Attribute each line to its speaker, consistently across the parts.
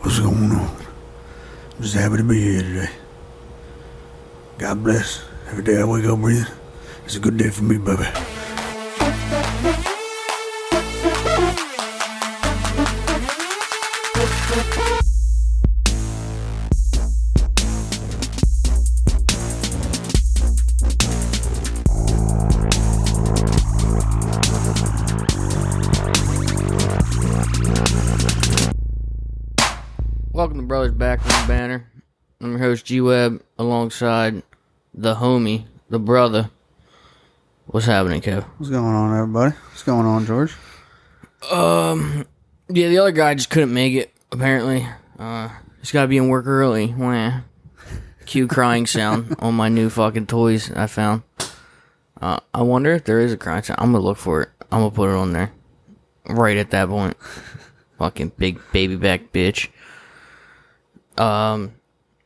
Speaker 1: what's going on. Just happy to be here today. eh. God bless. Every day I wake up breathing, it's a good day for me, baby.
Speaker 2: Welcome to Brothers Backroom Banner. I'm your host G Web alongside the homie, the brother. What's happening, Kev?
Speaker 1: What's going on, everybody? What's going on, George?
Speaker 2: Yeah, the other guy just couldn't make it, apparently. Uh he's gotta be in work early. Wah. Cue crying sound on my new fucking toys I found. Uh, I wonder if there is a crying sound. I'm gonna look for it. I'm gonna put it on there. Right at that point. fucking big baby back bitch. Um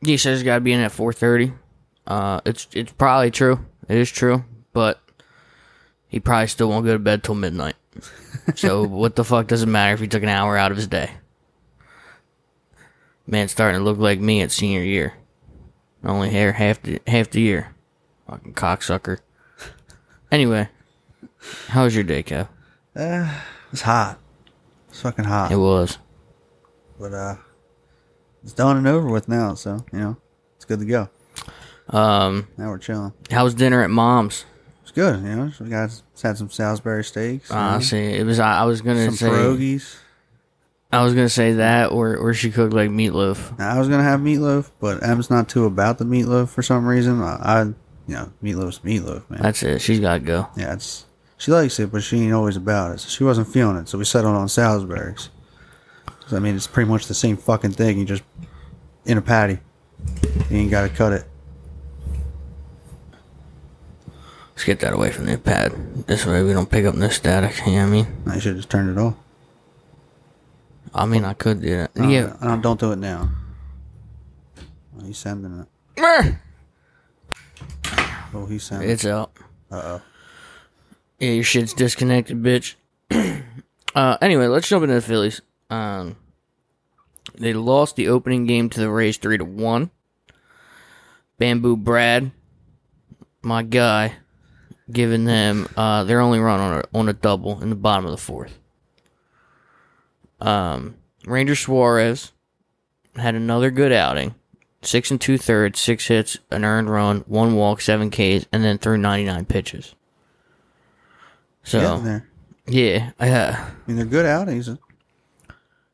Speaker 2: he says it's gotta be in at four thirty. Uh it's it's probably true. It is true, but he probably still won't go to bed till midnight. So what the fuck does it matter if he took an hour out of his day? Man, starting to look like me at senior year. Only hair half the half the year. Fucking cocksucker. Anyway, how was your day, Kev?
Speaker 1: It's hot. It's fucking hot.
Speaker 2: It was.
Speaker 1: But uh, it's done and over with now, so you know it's good to go.
Speaker 2: Um,
Speaker 1: Now we're chilling.
Speaker 2: how was dinner at mom's?
Speaker 1: It's good, you know. So we guys had some Salisbury steaks,
Speaker 2: Uh, see, it was. I, I was gonna
Speaker 1: some
Speaker 2: say.
Speaker 1: pierogies.
Speaker 2: I was gonna say that, or or she cooked like meatloaf.
Speaker 1: Now, I was gonna have meatloaf, but Em's not too about the meatloaf for some reason. I, I you know, meatloaf's meatloaf, man.
Speaker 2: That's it. She's gotta go.
Speaker 1: yeah, it's she likes it, but she ain't always about it. So she wasn't feeling it. So we settled on Salisbury's. So, I mean, it's pretty much the same fucking thing. You just in a patty. You ain't gotta cut it.
Speaker 2: Let's get that away from the pad. This way we don't pick up no static. You know what I mean?
Speaker 1: I should just turn it off.
Speaker 2: I mean, I could do that.
Speaker 1: No,
Speaker 2: yeah.
Speaker 1: no, don't do it now. Oh, he's sending it.
Speaker 2: Mer!
Speaker 1: Oh, he's sending it.
Speaker 2: It's out.
Speaker 1: Uh oh.
Speaker 2: Yeah, your shit's disconnected, bitch. uh, anyway, let's jump into the Phillies. Um, they lost the opening game to the Rays three to one. Bamboo Brad, my guy, giving them uh, their only run on a, on a double in the bottom of the fourth. Um, Ranger Suarez had another good outing. Six and two thirds, six hits, an earned run, one walk, seven Ks, and then threw ninety nine pitches. So
Speaker 1: Getting there.
Speaker 2: yeah, uh,
Speaker 1: I mean, they're good outings.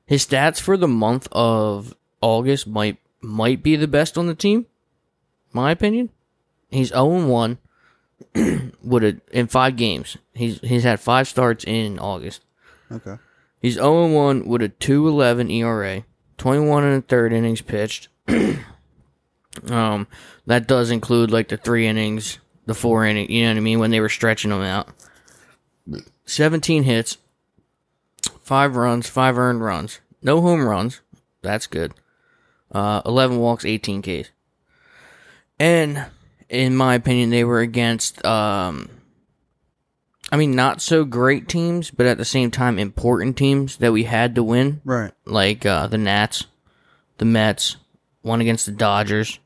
Speaker 2: his stats for the month of August might might be the best on the team, my opinion. He's zero one with a, in five games. He's he's had five starts in August.
Speaker 1: Okay.
Speaker 2: He's 0 1 with a E 2.11 ERA, 21 and a third innings pitched. um, that does include like the three innings, the four inning. You know what I mean when they were stretching them out. 17 hits, five runs, five earned runs, no home runs. That's good. Uh, 11 walks, 18 Ks. And in my opinion, they were against um, I mean, not so great teams, but at the same time, important teams that we had to win,
Speaker 1: Right.
Speaker 2: like uh, the Nats, the Mets, one against the Dodgers.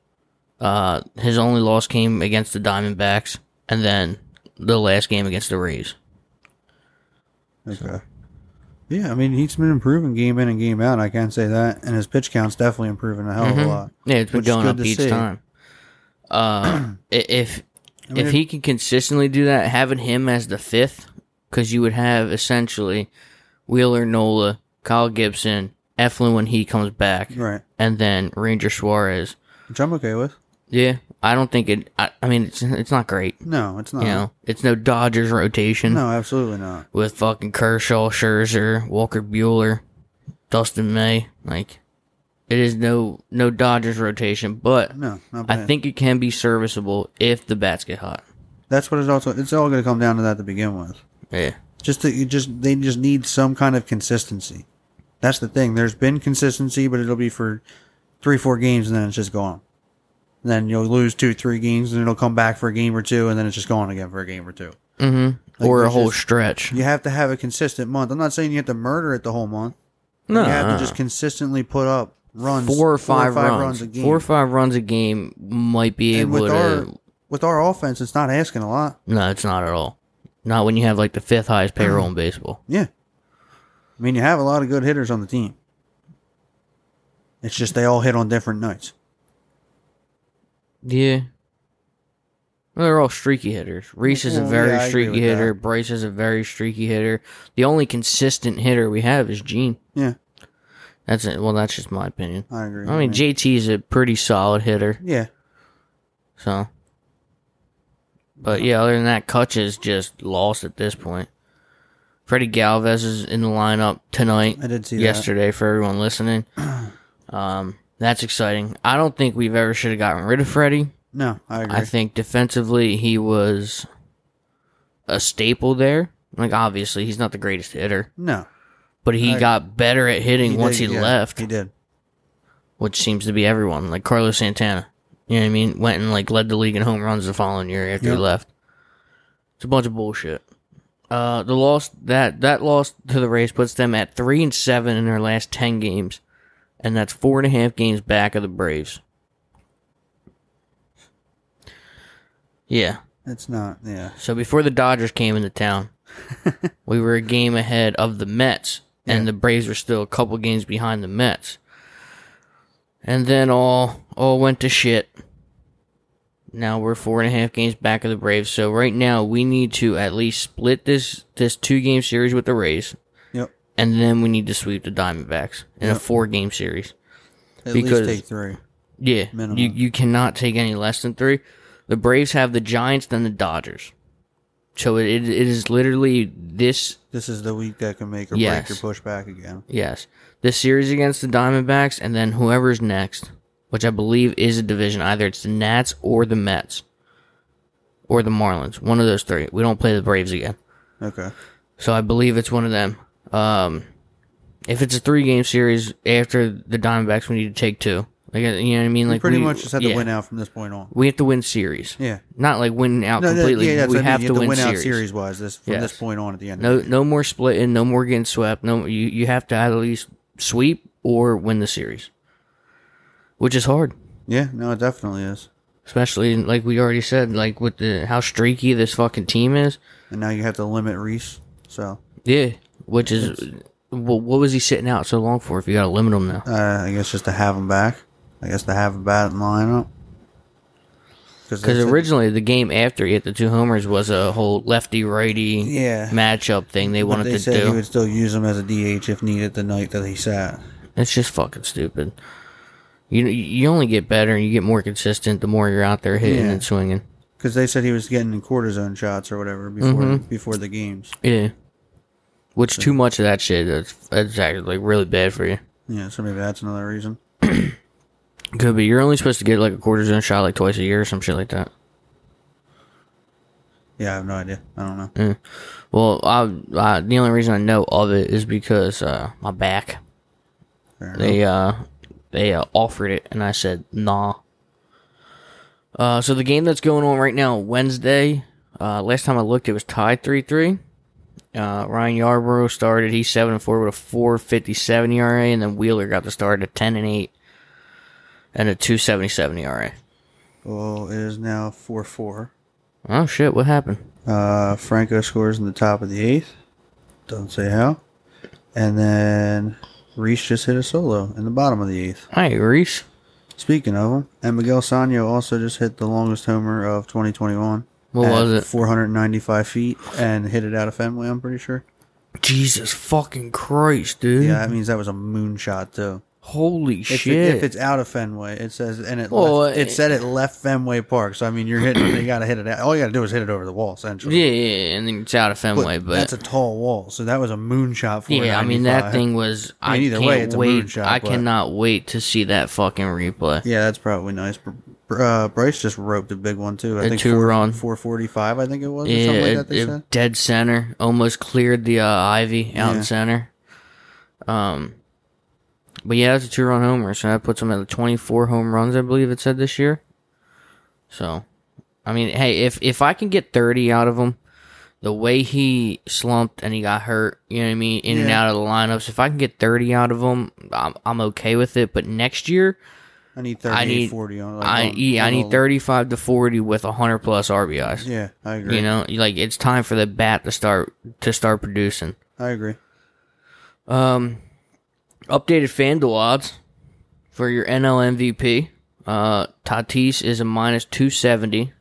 Speaker 2: Uh, his only loss came against the Diamondbacks, and then the last game against the Rays.
Speaker 1: Okay. Yeah, I mean he's been improving game in and game out. I can say that, and his pitch count's definitely improving a hell of a lot.
Speaker 2: Yeah, it's been
Speaker 1: Which is
Speaker 2: going
Speaker 1: good
Speaker 2: up
Speaker 1: to
Speaker 2: each
Speaker 1: see.
Speaker 2: time. Uh, i- if
Speaker 1: mean,
Speaker 2: if he can consistently do that, having him as the fifth, because you would have essentially Wheeler, Nola, Kyle Gibson, Eflin when he comes back,
Speaker 1: Right,
Speaker 2: and then Ranger Suarez.
Speaker 1: which I'm okay with.
Speaker 2: Yeah, I don't think it. I, I mean, it's it's not great.
Speaker 1: No, it's not.
Speaker 2: You know, it's no Dodgers rotation
Speaker 1: Uh-huh. No, absolutely not.
Speaker 2: with fucking Kershaw, Scherzer, Walker Bueller, Dustin May. Like, it is no no Dodgers rotation, but
Speaker 1: No, not
Speaker 2: I
Speaker 1: bad.
Speaker 2: think it can be serviceable if the bats get hot.
Speaker 1: that's what it's also. It's all going to come down to that to begin with.
Speaker 2: Yeah,
Speaker 1: Just that you just they just need some kind of consistency. That's the thing. There's been consistency, but it'll be for three, four games, and then it's just gone. And then you'll lose two, three games, and it'll come back for a game or two, and then it's just gone again for a game or two.
Speaker 2: or a
Speaker 1: there's
Speaker 2: whole
Speaker 1: just-
Speaker 2: stretch.
Speaker 1: You have to have a consistent month. I'm not saying you have to murder it the whole month.
Speaker 2: no,
Speaker 1: you have
Speaker 2: no,
Speaker 1: to just consistently put up runs,
Speaker 2: four or five, runs,
Speaker 1: a game.
Speaker 2: four or five uh, runs a game might be
Speaker 1: and
Speaker 2: able
Speaker 1: with
Speaker 2: to.
Speaker 1: our with our offense, it's not asking a lot.
Speaker 2: no, it's not at all. Not when you have like the fifth highest payroll
Speaker 1: Uh-huh.
Speaker 2: in baseball.
Speaker 1: Yeah, I mean you have a lot of good hitters on the team. It's just they all hit on different nights.
Speaker 2: Yeah. Well, they're all streaky hitters. Reese is a
Speaker 1: Well,
Speaker 2: very
Speaker 1: Mm, yeah, I agree
Speaker 2: streaky
Speaker 1: with
Speaker 2: hitter.
Speaker 1: that.
Speaker 2: Bryce is a very streaky hitter. The only consistent hitter we have is Gene.
Speaker 1: Yeah,
Speaker 2: That's it. Well, that's just my opinion.
Speaker 1: I agree.
Speaker 2: I mean, JT is a pretty solid hitter.
Speaker 1: yeah,
Speaker 2: So, but yeah, other than that, Kutch is just lost at this point. Freddie Galvez is in the lineup tonight.
Speaker 1: I did see that.
Speaker 2: yesterday for everyone listening. um, that's exciting. I don't think we've ever should have gotten rid of Freddie.
Speaker 1: No, I agree.
Speaker 2: I think defensively he was a staple there. Like obviously he's not the greatest hitter,
Speaker 1: no,
Speaker 2: but he
Speaker 1: I-
Speaker 2: got better at hitting
Speaker 1: He
Speaker 2: once
Speaker 1: did,
Speaker 2: he
Speaker 1: yeah,
Speaker 2: left,
Speaker 1: He did.
Speaker 2: which seems to be everyone. Like Carlos Santana, you know what I mean? Went and like led the league in home runs the following year after
Speaker 1: Yep.
Speaker 2: he left. It's a bunch of bullshit. Uh, the loss that that loss to the Rays puts them at three and seven in their last ten games, and that's four and a half games back of the Braves. Yeah,
Speaker 1: It's not. Yeah,
Speaker 2: so before the Dodgers came into town, we were a game ahead of the Mets, and
Speaker 1: Yeah.
Speaker 2: the Braves were still a couple games behind the Mets. And then all all went to shit. Now we're four and a half games back of the Braves, so right now we need to at least split this this two game series with the Rays,
Speaker 1: yep.
Speaker 2: and then we need to sweep the Diamondbacks in a
Speaker 1: Yep.
Speaker 2: four game series.
Speaker 1: At
Speaker 2: Because-
Speaker 1: least take three.
Speaker 2: Yeah,
Speaker 1: Minimum.
Speaker 2: you you cannot take any less than three. The Braves have the Giants, then the Dodgers. So it, it is literally this
Speaker 1: This is the week that can make or
Speaker 2: Yes.
Speaker 1: break your push back again.
Speaker 2: Yes. This series against the Diamondbacks and then whoever's next, which I believe is a division. Either it's the Nats or the Mets or the Marlins. One of those three. We don't play the Braves again.
Speaker 1: Okay.
Speaker 2: So I believe it's one of them. Um, if it's a three game series after the Diamondbacks, we need to take two. Like, you know what I mean? Like
Speaker 1: Pretty
Speaker 2: we-
Speaker 1: much just have to
Speaker 2: yeah.
Speaker 1: win out from this point on.
Speaker 2: We have to win series.
Speaker 1: Yeah.
Speaker 2: Not like win out
Speaker 1: No, no,
Speaker 2: completely.
Speaker 1: yeah, that's
Speaker 2: we
Speaker 1: what I mean.
Speaker 2: have
Speaker 1: You
Speaker 2: to win,
Speaker 1: out
Speaker 2: series.
Speaker 1: series wise this from
Speaker 2: Yes.
Speaker 1: this point on at the end.
Speaker 2: No, no more splitting. No more getting swept. No, you you have to at least sweep or win the series, which is hard,
Speaker 1: Yeah, no, it definitely is.
Speaker 2: especially like we already said, like with the how streaky this fucking team is.
Speaker 1: And now you have to limit Reese. So
Speaker 2: Yeah, which is well, what was he sitting out so long for? If you got to limit him now,
Speaker 1: uh, I guess just to have him back. I guess to have him back in the lineup.
Speaker 2: because originally the game after he hit the two homers was a whole lefty righty
Speaker 1: Yeah.
Speaker 2: matchup thing they wanted
Speaker 1: they
Speaker 2: to
Speaker 1: said
Speaker 2: do.
Speaker 1: you would still use him as a DH if needed the night that he sat.
Speaker 2: It's just fucking stupid. You you only get better and you get more consistent the more you're out there hitting
Speaker 1: Yeah.
Speaker 2: and swinging.
Speaker 1: Because they said he was getting cortisone shots or whatever before
Speaker 2: Mm-hmm.
Speaker 1: before the games.
Speaker 2: Yeah. Which too much of that shit that's that's actually like really bad for you.
Speaker 1: Yeah, so maybe that's another reason.
Speaker 2: Could be you're only supposed to get like a cortisone shot like twice a year or some shit like that.
Speaker 1: Yeah, I have no idea. I don't know.
Speaker 2: Mm. Well, I, I the only reason I know of it is because uh, my back
Speaker 1: Fair enough.
Speaker 2: they uh they uh, offered it and I said nah. Uh, so the game that's going on right now Wednesday. Uh, last time I looked, it was tied three three. Uh, Ryan Yarborough started. He's seven and four with a four fifty seven ERA, and then Wheeler got the start at ten and eight, and a two E seventy seven ERA.
Speaker 1: Well, it is now 4 4.
Speaker 2: Oh shit! What happened?
Speaker 1: Uh, Franco scores in the top of the eighth. Don't say how. And then Reese just hit a solo in the bottom of the eighth.
Speaker 2: Hey Reese.
Speaker 1: Speaking of him, and Miguel Sano also just hit the longest homer of 2021.
Speaker 2: What
Speaker 1: at
Speaker 2: was it?
Speaker 1: 495 feet and hit it out of Fenway, I'm pretty sure.
Speaker 2: Jesus fucking Christ, dude!
Speaker 1: Yeah, that means that was a moonshot, too.
Speaker 2: Holy
Speaker 1: If,
Speaker 2: shit!
Speaker 1: It, if it's out of Fenway, it says, and it
Speaker 2: Well,
Speaker 1: left, it,
Speaker 2: it-
Speaker 1: said it left Fenway Park. So I mean, you're hitting, you gotta hit it. Out. All you gotta do is hit it over the wall, essentially.
Speaker 2: yeah, yeah, yeah, and then it's out of Fenway, but
Speaker 1: that's a tall wall, so that was a moonshot for.
Speaker 2: Yeah, I mean that thing was. I,
Speaker 1: I mean, either
Speaker 2: can't
Speaker 1: way, it's a
Speaker 2: wait.
Speaker 1: moonshot,
Speaker 2: I
Speaker 1: but-
Speaker 2: cannot wait to see that fucking replay.
Speaker 1: Yeah, that's probably nice. Br- Br- Uh, Bryce just roped a big one too. I
Speaker 2: A
Speaker 1: think
Speaker 2: two
Speaker 1: four,
Speaker 2: run.
Speaker 1: 445, I think it was, or
Speaker 2: Yeah,
Speaker 1: something like
Speaker 2: it-
Speaker 1: that. They
Speaker 2: it
Speaker 1: said.
Speaker 2: dead center, almost cleared the uh, ivy out
Speaker 1: Yeah.
Speaker 2: in center. Um, but yeah, that's a two-run homer, so that puts him at the twenty-four home runs, I believe it said this year. So, I mean, hey, if if I can get thirty out of him, the way he slumped and he got hurt, you know what I mean, in and
Speaker 1: Yeah.
Speaker 2: out of the lineups. If I can get 30 out of him, I'm, I'm okay with it. But next year,
Speaker 1: I need
Speaker 2: I
Speaker 1: 38,
Speaker 2: need-
Speaker 1: 40 on. Like,
Speaker 2: I
Speaker 1: on-
Speaker 2: yeah, I
Speaker 1: on
Speaker 2: need
Speaker 1: the-
Speaker 2: 35 to 40 with 100 plus RBIs.
Speaker 1: Yeah, I agree.
Speaker 2: You know, like it's time for the bat to start to start producing.
Speaker 1: I agree.
Speaker 2: Um, updated FanDuel odds for your NL MVP. Uh, Tatis is a minus 270.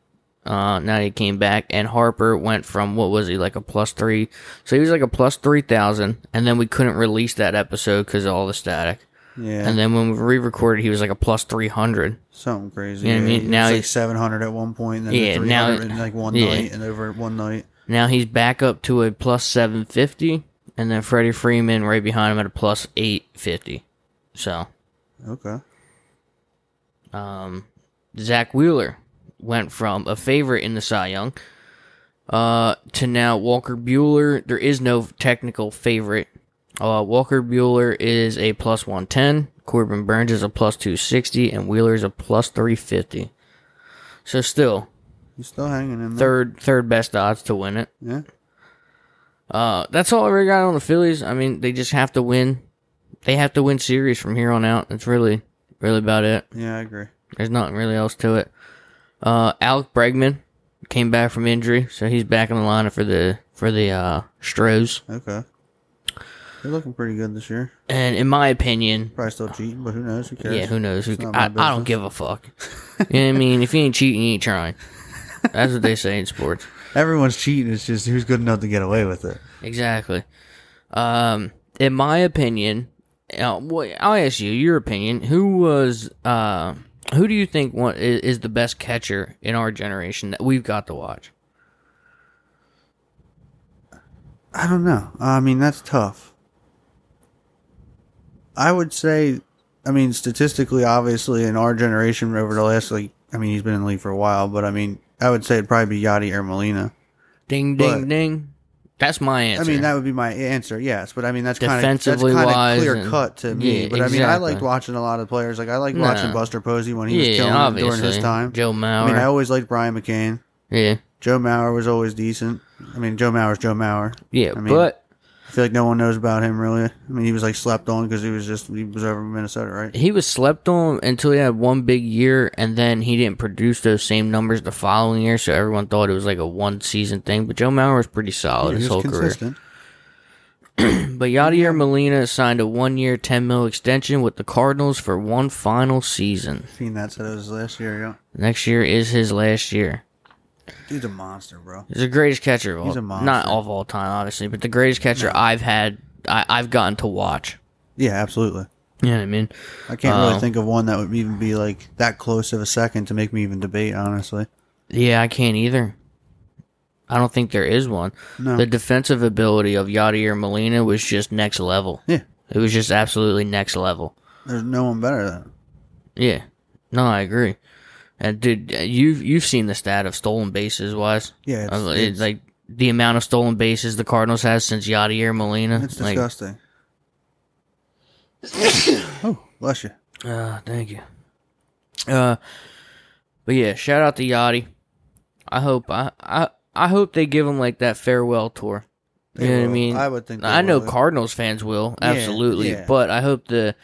Speaker 2: Uh, now he came back, and Harper went from what was he like a plus three? So he was like a plus three thousand, and then we couldn't release that episode because of all the static.
Speaker 1: Yeah,
Speaker 2: And then when we re-recorded, he was like a plus three hundred.
Speaker 1: something crazy.
Speaker 2: You know what I
Speaker 1: yeah,
Speaker 2: mean?
Speaker 1: it was
Speaker 2: Now
Speaker 1: like
Speaker 2: he's-
Speaker 1: 700 at one point, and then
Speaker 2: Yeah, now
Speaker 1: 300
Speaker 2: it-
Speaker 1: in like one
Speaker 2: yeah.
Speaker 1: night, and over one night.
Speaker 2: Now he's back up to a plus seven fifty, and then Freddie Freeman right behind him at a plus eight fifty. So
Speaker 1: Okay.
Speaker 2: Um, Zach Wheeler went from a favorite in the Cy Young uh, to now Walker Bueller. There is no technical favorite. Uh, Walker Bueller is a plus 110. Corbin Burns is a plus 260. And Wheeler is a plus 350. So still,
Speaker 1: He's still hanging in there.
Speaker 2: third third best odds to win it.
Speaker 1: Yeah.
Speaker 2: Uh, that's all I really got on the Phillies. I mean, they just have to win. They have to win series from here on out. That's really, really about it.
Speaker 1: Yeah, I agree.
Speaker 2: There's nothing really else to it. Uh, Alec Bregman came back from injury, so he's back in the lineup for the for the uh, Stros.
Speaker 1: Okay. They're looking pretty good this year.
Speaker 2: And in my opinion,
Speaker 1: Probably still cheating, but who knows? Who cares?
Speaker 2: yeah, who knows? Who,
Speaker 1: not my
Speaker 2: I, I don't
Speaker 1: business.
Speaker 2: give a fuck. you know what I mean? If you ain't cheating, you ain't trying. That's what they say in sports.
Speaker 1: Everyone's cheating. It's just who's good enough to get away with it.
Speaker 2: Exactly. Um, in my opinion, uh, well, I'll ask you your opinion. Who was uh, who do you think wa- i- is the best catcher in our generation that we've got to watch?
Speaker 1: I don't know. I mean, that's tough. I would say, I mean, statistically, obviously, in our generation over the last, like, I mean, he's been in the league for a while, but I mean, I would say it'd probably be Yachty or Molina.
Speaker 2: Ding ding
Speaker 1: But-
Speaker 2: ding. That's my
Speaker 1: I
Speaker 2: answer.
Speaker 1: mean, that would be my answer, yes. But I mean, that's kind of that's
Speaker 2: Defensively
Speaker 1: kind of
Speaker 2: wise
Speaker 1: clear
Speaker 2: and-
Speaker 1: cut to me.
Speaker 2: Yeah,
Speaker 1: but I mean, I liked
Speaker 2: exactly.
Speaker 1: watching a lot of players. Like, I liked
Speaker 2: No.
Speaker 1: watching Buster Posey when he was
Speaker 2: yeah,
Speaker 1: killing it
Speaker 2: obviously.
Speaker 1: during his time.
Speaker 2: Joe Mauer.
Speaker 1: I mean, I always liked Brian McCain.
Speaker 2: yeah,
Speaker 1: Joe Mauer was always decent. I mean, Joe Mauer's Joe Mauer.
Speaker 2: yeah,
Speaker 1: I mean-
Speaker 2: but
Speaker 1: I feel like no one knows about him really. I mean, he was like slept on because he was just he was over in Minnesota, right?
Speaker 2: he was slept on until he had one big year, and then he didn't produce those same numbers the following year. So everyone thought it was like a one season thing. But Joe Mauer was pretty solid
Speaker 1: he
Speaker 2: his
Speaker 1: was
Speaker 2: whole career.
Speaker 1: consistent.
Speaker 2: But Yadier Molina signed a one year, ten mil extension with the Cardinals for one final season.
Speaker 1: Seen that said it was last year. Yeah,
Speaker 2: Next year is his last year.
Speaker 1: he's a monster, bro.
Speaker 2: He's the greatest catcher of all,
Speaker 1: He's a monster.
Speaker 2: not of all time, obviously, but the greatest catcher I've had, I, I've gotten to watch.
Speaker 1: Yeah, absolutely.
Speaker 2: You know what I mean?
Speaker 1: I can't
Speaker 2: Oh.
Speaker 1: really think of one that would even be like that close of a second to make me even debate. Honestly,
Speaker 2: Yeah, I can't either. I don't think there is one.
Speaker 1: No.
Speaker 2: The defensive ability of Yadier Molina was just next level.
Speaker 1: yeah,
Speaker 2: It was just absolutely next level.
Speaker 1: there's no one better than. Him.
Speaker 2: Yeah. No, I agree. And dude, you've you've seen the stat of stolen bases wise.
Speaker 1: Yeah, it's-
Speaker 2: Uh, it-
Speaker 1: it's-
Speaker 2: like the amount of stolen bases the Cardinals has since Yadier Molina.
Speaker 1: It's
Speaker 2: like,
Speaker 1: disgusting. oh, bless you.
Speaker 2: Uh, thank you. Uh, but yeah, shout out to Yachty. I hope I I I hope they give him like that farewell tour. You
Speaker 1: They
Speaker 2: know what I
Speaker 1: will.
Speaker 2: mean?
Speaker 1: I would think they
Speaker 2: I know
Speaker 1: will.
Speaker 2: Cardinals fans will absolutely,
Speaker 1: yeah.
Speaker 2: but I hope the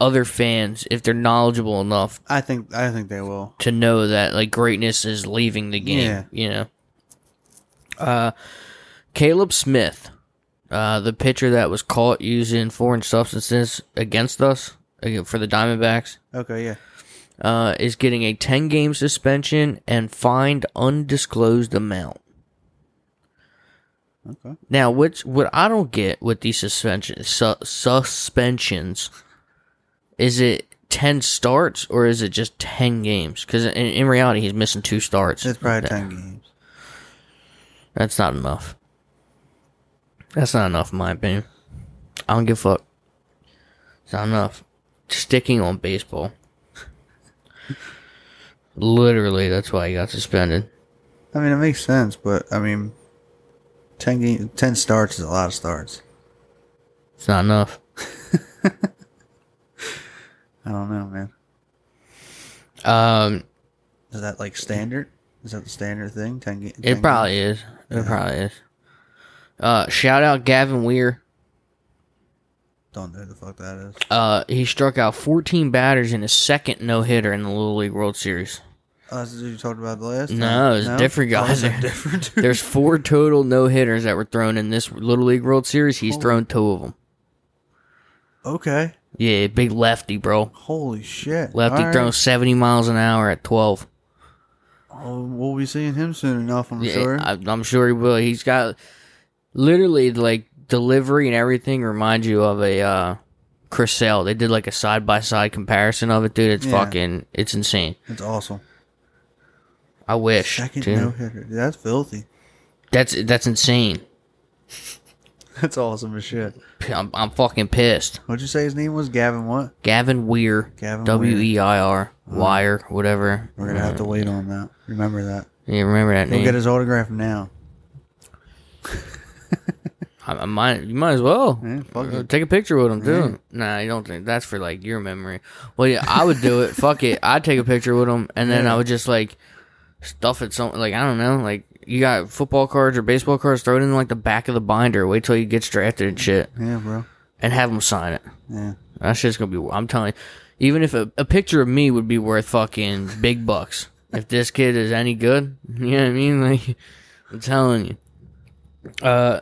Speaker 2: other fans, if they're knowledgeable enough
Speaker 1: I think I think they will.
Speaker 2: to know that like greatness is leaving the game,
Speaker 1: Yeah.
Speaker 2: you know. Uh, Caleb Smith, uh, the pitcher that was caught using foreign substances against us uh, for the Diamondbacks
Speaker 1: Okay, yeah.
Speaker 2: uh, is getting a 10 game suspension and fined undisclosed amount.
Speaker 1: Okay.
Speaker 2: Now, what's, what I don't get with these suspension, su- suspensions is it 10 starts or is it just 10 games? Because in, in reality, he's missing two starts.
Speaker 1: It's probably
Speaker 2: That-
Speaker 1: ten games.
Speaker 2: That's not enough. That's not enough, in my opinion. I don't give a fuck. It's not enough. Sticking on baseball. Literally, that's why he got suspended.
Speaker 1: I mean, it makes sense, but I mean, 10, game, 10 starts is a lot of starts.
Speaker 2: It's not enough.
Speaker 1: I don't know, man.
Speaker 2: Um,
Speaker 1: Is that like standard? Is that the standard thing? Ten games.
Speaker 2: It probably is. It
Speaker 1: Uh-huh.
Speaker 2: probably is. Uh, shout out Gavin Weir.
Speaker 1: don't know who the fuck that is.
Speaker 2: Uh, he struck out 14 batters in his second no hitter in the Little League World Series.
Speaker 1: Oh, that's what you talked about the last.
Speaker 2: No,
Speaker 1: time.
Speaker 2: it's different
Speaker 1: Oh, is
Speaker 2: guys.
Speaker 1: it different.
Speaker 2: There's four total no hitters that were thrown in this Little League World Series. He's thrown two of them.
Speaker 1: okay.
Speaker 2: Yeah, big lefty, bro.
Speaker 1: Holy shit.
Speaker 2: Lefty
Speaker 1: All right.
Speaker 2: throws 70 miles an hour at 12.
Speaker 1: Oh, we'll be seeing him soon enough. I'm
Speaker 2: Yeah,
Speaker 1: sure.
Speaker 2: I, I'm sure he will. He's got literally like delivery and everything reminds you of a uh, Chris Sale. They did like a side by side comparison of it, dude. It's
Speaker 1: Yeah.
Speaker 2: fucking, it's insane.
Speaker 1: it's awesome.
Speaker 2: I wish.
Speaker 1: Second
Speaker 2: dude.
Speaker 1: no hitter. That's filthy.
Speaker 2: That's that's insane.
Speaker 1: That's awesome as shit.
Speaker 2: P- I'm, I'm fucking pissed.
Speaker 1: What'd you say his name was? Gavin what?
Speaker 2: Gavin Weir,
Speaker 1: Gavin Uh-huh.
Speaker 2: W E I R, Wire, whatever.
Speaker 1: We're gonna
Speaker 2: Mm.
Speaker 1: have to wait on that. Remember that.
Speaker 2: Yeah, remember that
Speaker 1: He'll
Speaker 2: name?
Speaker 1: get his autograph now.
Speaker 2: I, I might, you might as well
Speaker 1: Yeah, fuck
Speaker 2: Uh, take a picture with him too. Nah, I don't think that's for like your memory. Well, yeah, I would do it. Fuck it, I'd take a picture with him, and then I would just like stuff it some like I don't know, like you got football cards or baseball cards, throw it in like the back of the binder. Wait till he gets drafted and shit,
Speaker 1: Yeah, bro.
Speaker 2: and have him sign it.
Speaker 1: Yeah.
Speaker 2: That shit's gonna be. I'm telling you, even if a, a picture of me would be worth fucking big bucks, if this kid is any good, you know what I mean? Like, I'm telling you. Uh,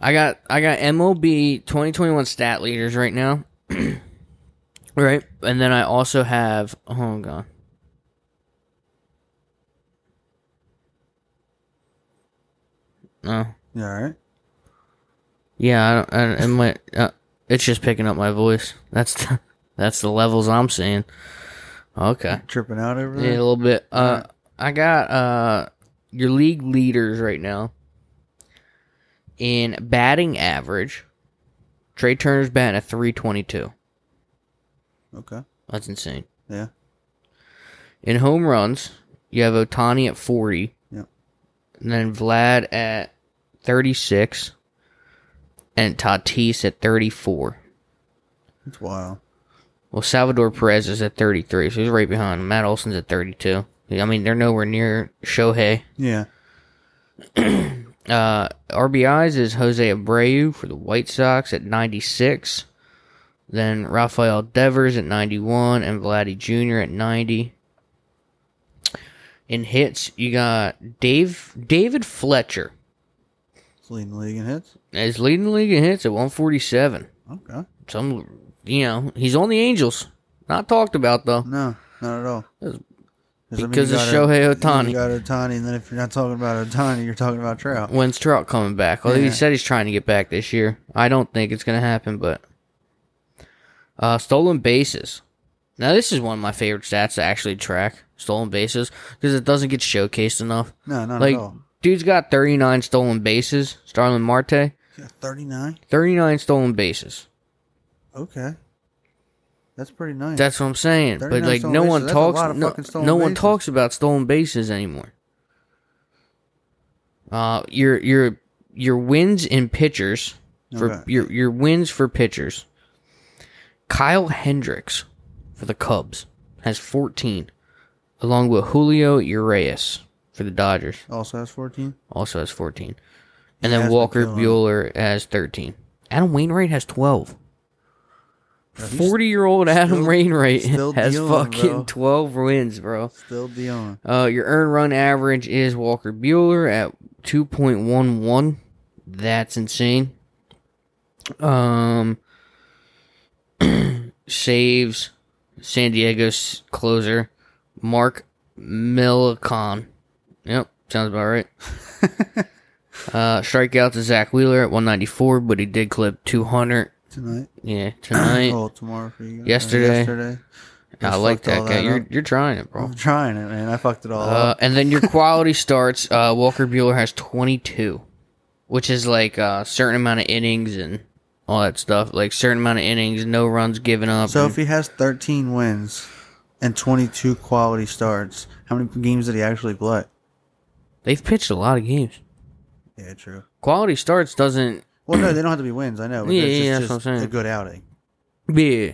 Speaker 2: I got I got MLB 2021 stat leaders right now, right? And then I also have. Oh god. No.
Speaker 1: You all right?
Speaker 2: Yeah, I don't, I, it might. Uh, it's just picking up my voice. That's the, that's the levels I'm seeing. Okay,
Speaker 1: Tripping out over
Speaker 2: yeah, a
Speaker 1: there.
Speaker 2: little bit. Uh,
Speaker 1: Mm.
Speaker 2: I got uh your league leaders right now in batting average. Trey Turner's batting at three twenty two.
Speaker 1: Okay.
Speaker 2: That's insane.
Speaker 1: Yeah.
Speaker 2: In home runs, you have Otani at 40.
Speaker 1: Yep.
Speaker 2: And then Vlad at 36. And Tatis at 34.
Speaker 1: It's wild.
Speaker 2: Well, Salvador Perez is at 33, so he's right behind him. Matt Olson's at 32. I mean, they're nowhere near Shohei.
Speaker 1: Yeah.
Speaker 2: Uh, RBIs is Jose Abreu for the White Sox at 96. Then Rafael Devers at 91 and Vladdy Jr. at 90. In hits, you got Dave David Fletcher
Speaker 1: It's leading the league in hits.
Speaker 2: is leading the league in hits at 147.
Speaker 1: Okay.
Speaker 2: Some, you know, he's on the Angels. Not talked about though.
Speaker 1: No, not at all.
Speaker 2: That's-
Speaker 1: Does that mean
Speaker 2: because
Speaker 1: you
Speaker 2: it's
Speaker 1: got a-
Speaker 2: Shohei
Speaker 1: you
Speaker 2: Ohtani.
Speaker 1: got Otani, and then if you're not talking about Otani, you're talking about Trout.
Speaker 2: When's Trout coming back? Although he
Speaker 1: Yeah.
Speaker 2: said he's trying to get back this year. I don't think it's going to happen, but. Uh, stolen bases. Now, this is one of my favorite stats to actually track stolen bases because it doesn't get showcased enough.
Speaker 1: No, not
Speaker 2: Like,
Speaker 1: at all.
Speaker 2: dude's got 39 stolen bases. Starlin Marte,
Speaker 1: You got 39?
Speaker 2: 39 stolen bases.
Speaker 1: Okay. That's pretty nice.
Speaker 2: That's what I'm saying. But
Speaker 1: 39
Speaker 2: like
Speaker 1: stolen
Speaker 2: no
Speaker 1: bases,
Speaker 2: one
Speaker 1: that's a lot
Speaker 2: talks
Speaker 1: of
Speaker 2: no,
Speaker 1: fucking stolen
Speaker 2: no one
Speaker 1: bases.
Speaker 2: talks about stolen bases anymore. Uh your your your wins in pitchers for
Speaker 1: Okay.
Speaker 2: your your wins for pitchers. Kyle Hendricks for the Cubs has 14 along with Julio Urias for the Dodgers
Speaker 1: also has 14?
Speaker 2: also has 14.
Speaker 1: has
Speaker 2: And then
Speaker 1: been
Speaker 2: Walker
Speaker 1: killing it.
Speaker 2: Bueller has 13. Adam Wainwright has 12. 40 year old Adam
Speaker 1: still-
Speaker 2: Wainwright
Speaker 1: still
Speaker 2: has
Speaker 1: dealing,
Speaker 2: fucking
Speaker 1: bro.
Speaker 2: 12 wins, bro.
Speaker 1: Still Dion.
Speaker 2: Uh, your earned run average is Walker Bueller at 2.11. That's insane. Um, saves San Diego's closer, Mark Millicon. Yep, sounds about right. uh, strikeouts to Zach Wheeler at 194, but he did clip 200.
Speaker 1: Tonight?
Speaker 2: Yeah, tonight.
Speaker 1: Oh, tomorrow for you guys.
Speaker 2: Yesterday.
Speaker 1: Yesterday.
Speaker 2: I
Speaker 1: Just
Speaker 2: like
Speaker 1: fucked
Speaker 2: that
Speaker 1: all
Speaker 2: guy. you're,
Speaker 1: up.
Speaker 2: you're trying it, bro.
Speaker 1: I'm trying it, man. I fucked it all
Speaker 2: Uh,
Speaker 1: up.
Speaker 2: and then your quality starts. Uh, Walker Bueller has 22, which is like a certain amount of innings and all that stuff. Like certain amount of innings, no runs given up.
Speaker 1: So
Speaker 2: and
Speaker 1: if he has 13 wins and 22 quality starts, how many games did he actually play?
Speaker 2: they've pitched a lot of games.
Speaker 1: Yeah, true.
Speaker 2: Quality starts doesn't.
Speaker 1: Well, no, they don't have to be wins. I know. but
Speaker 2: Yeah,
Speaker 1: it's
Speaker 2: yeah,
Speaker 1: just-
Speaker 2: that's what I'm
Speaker 1: just
Speaker 2: saying.
Speaker 1: A good outing.
Speaker 2: Yeah.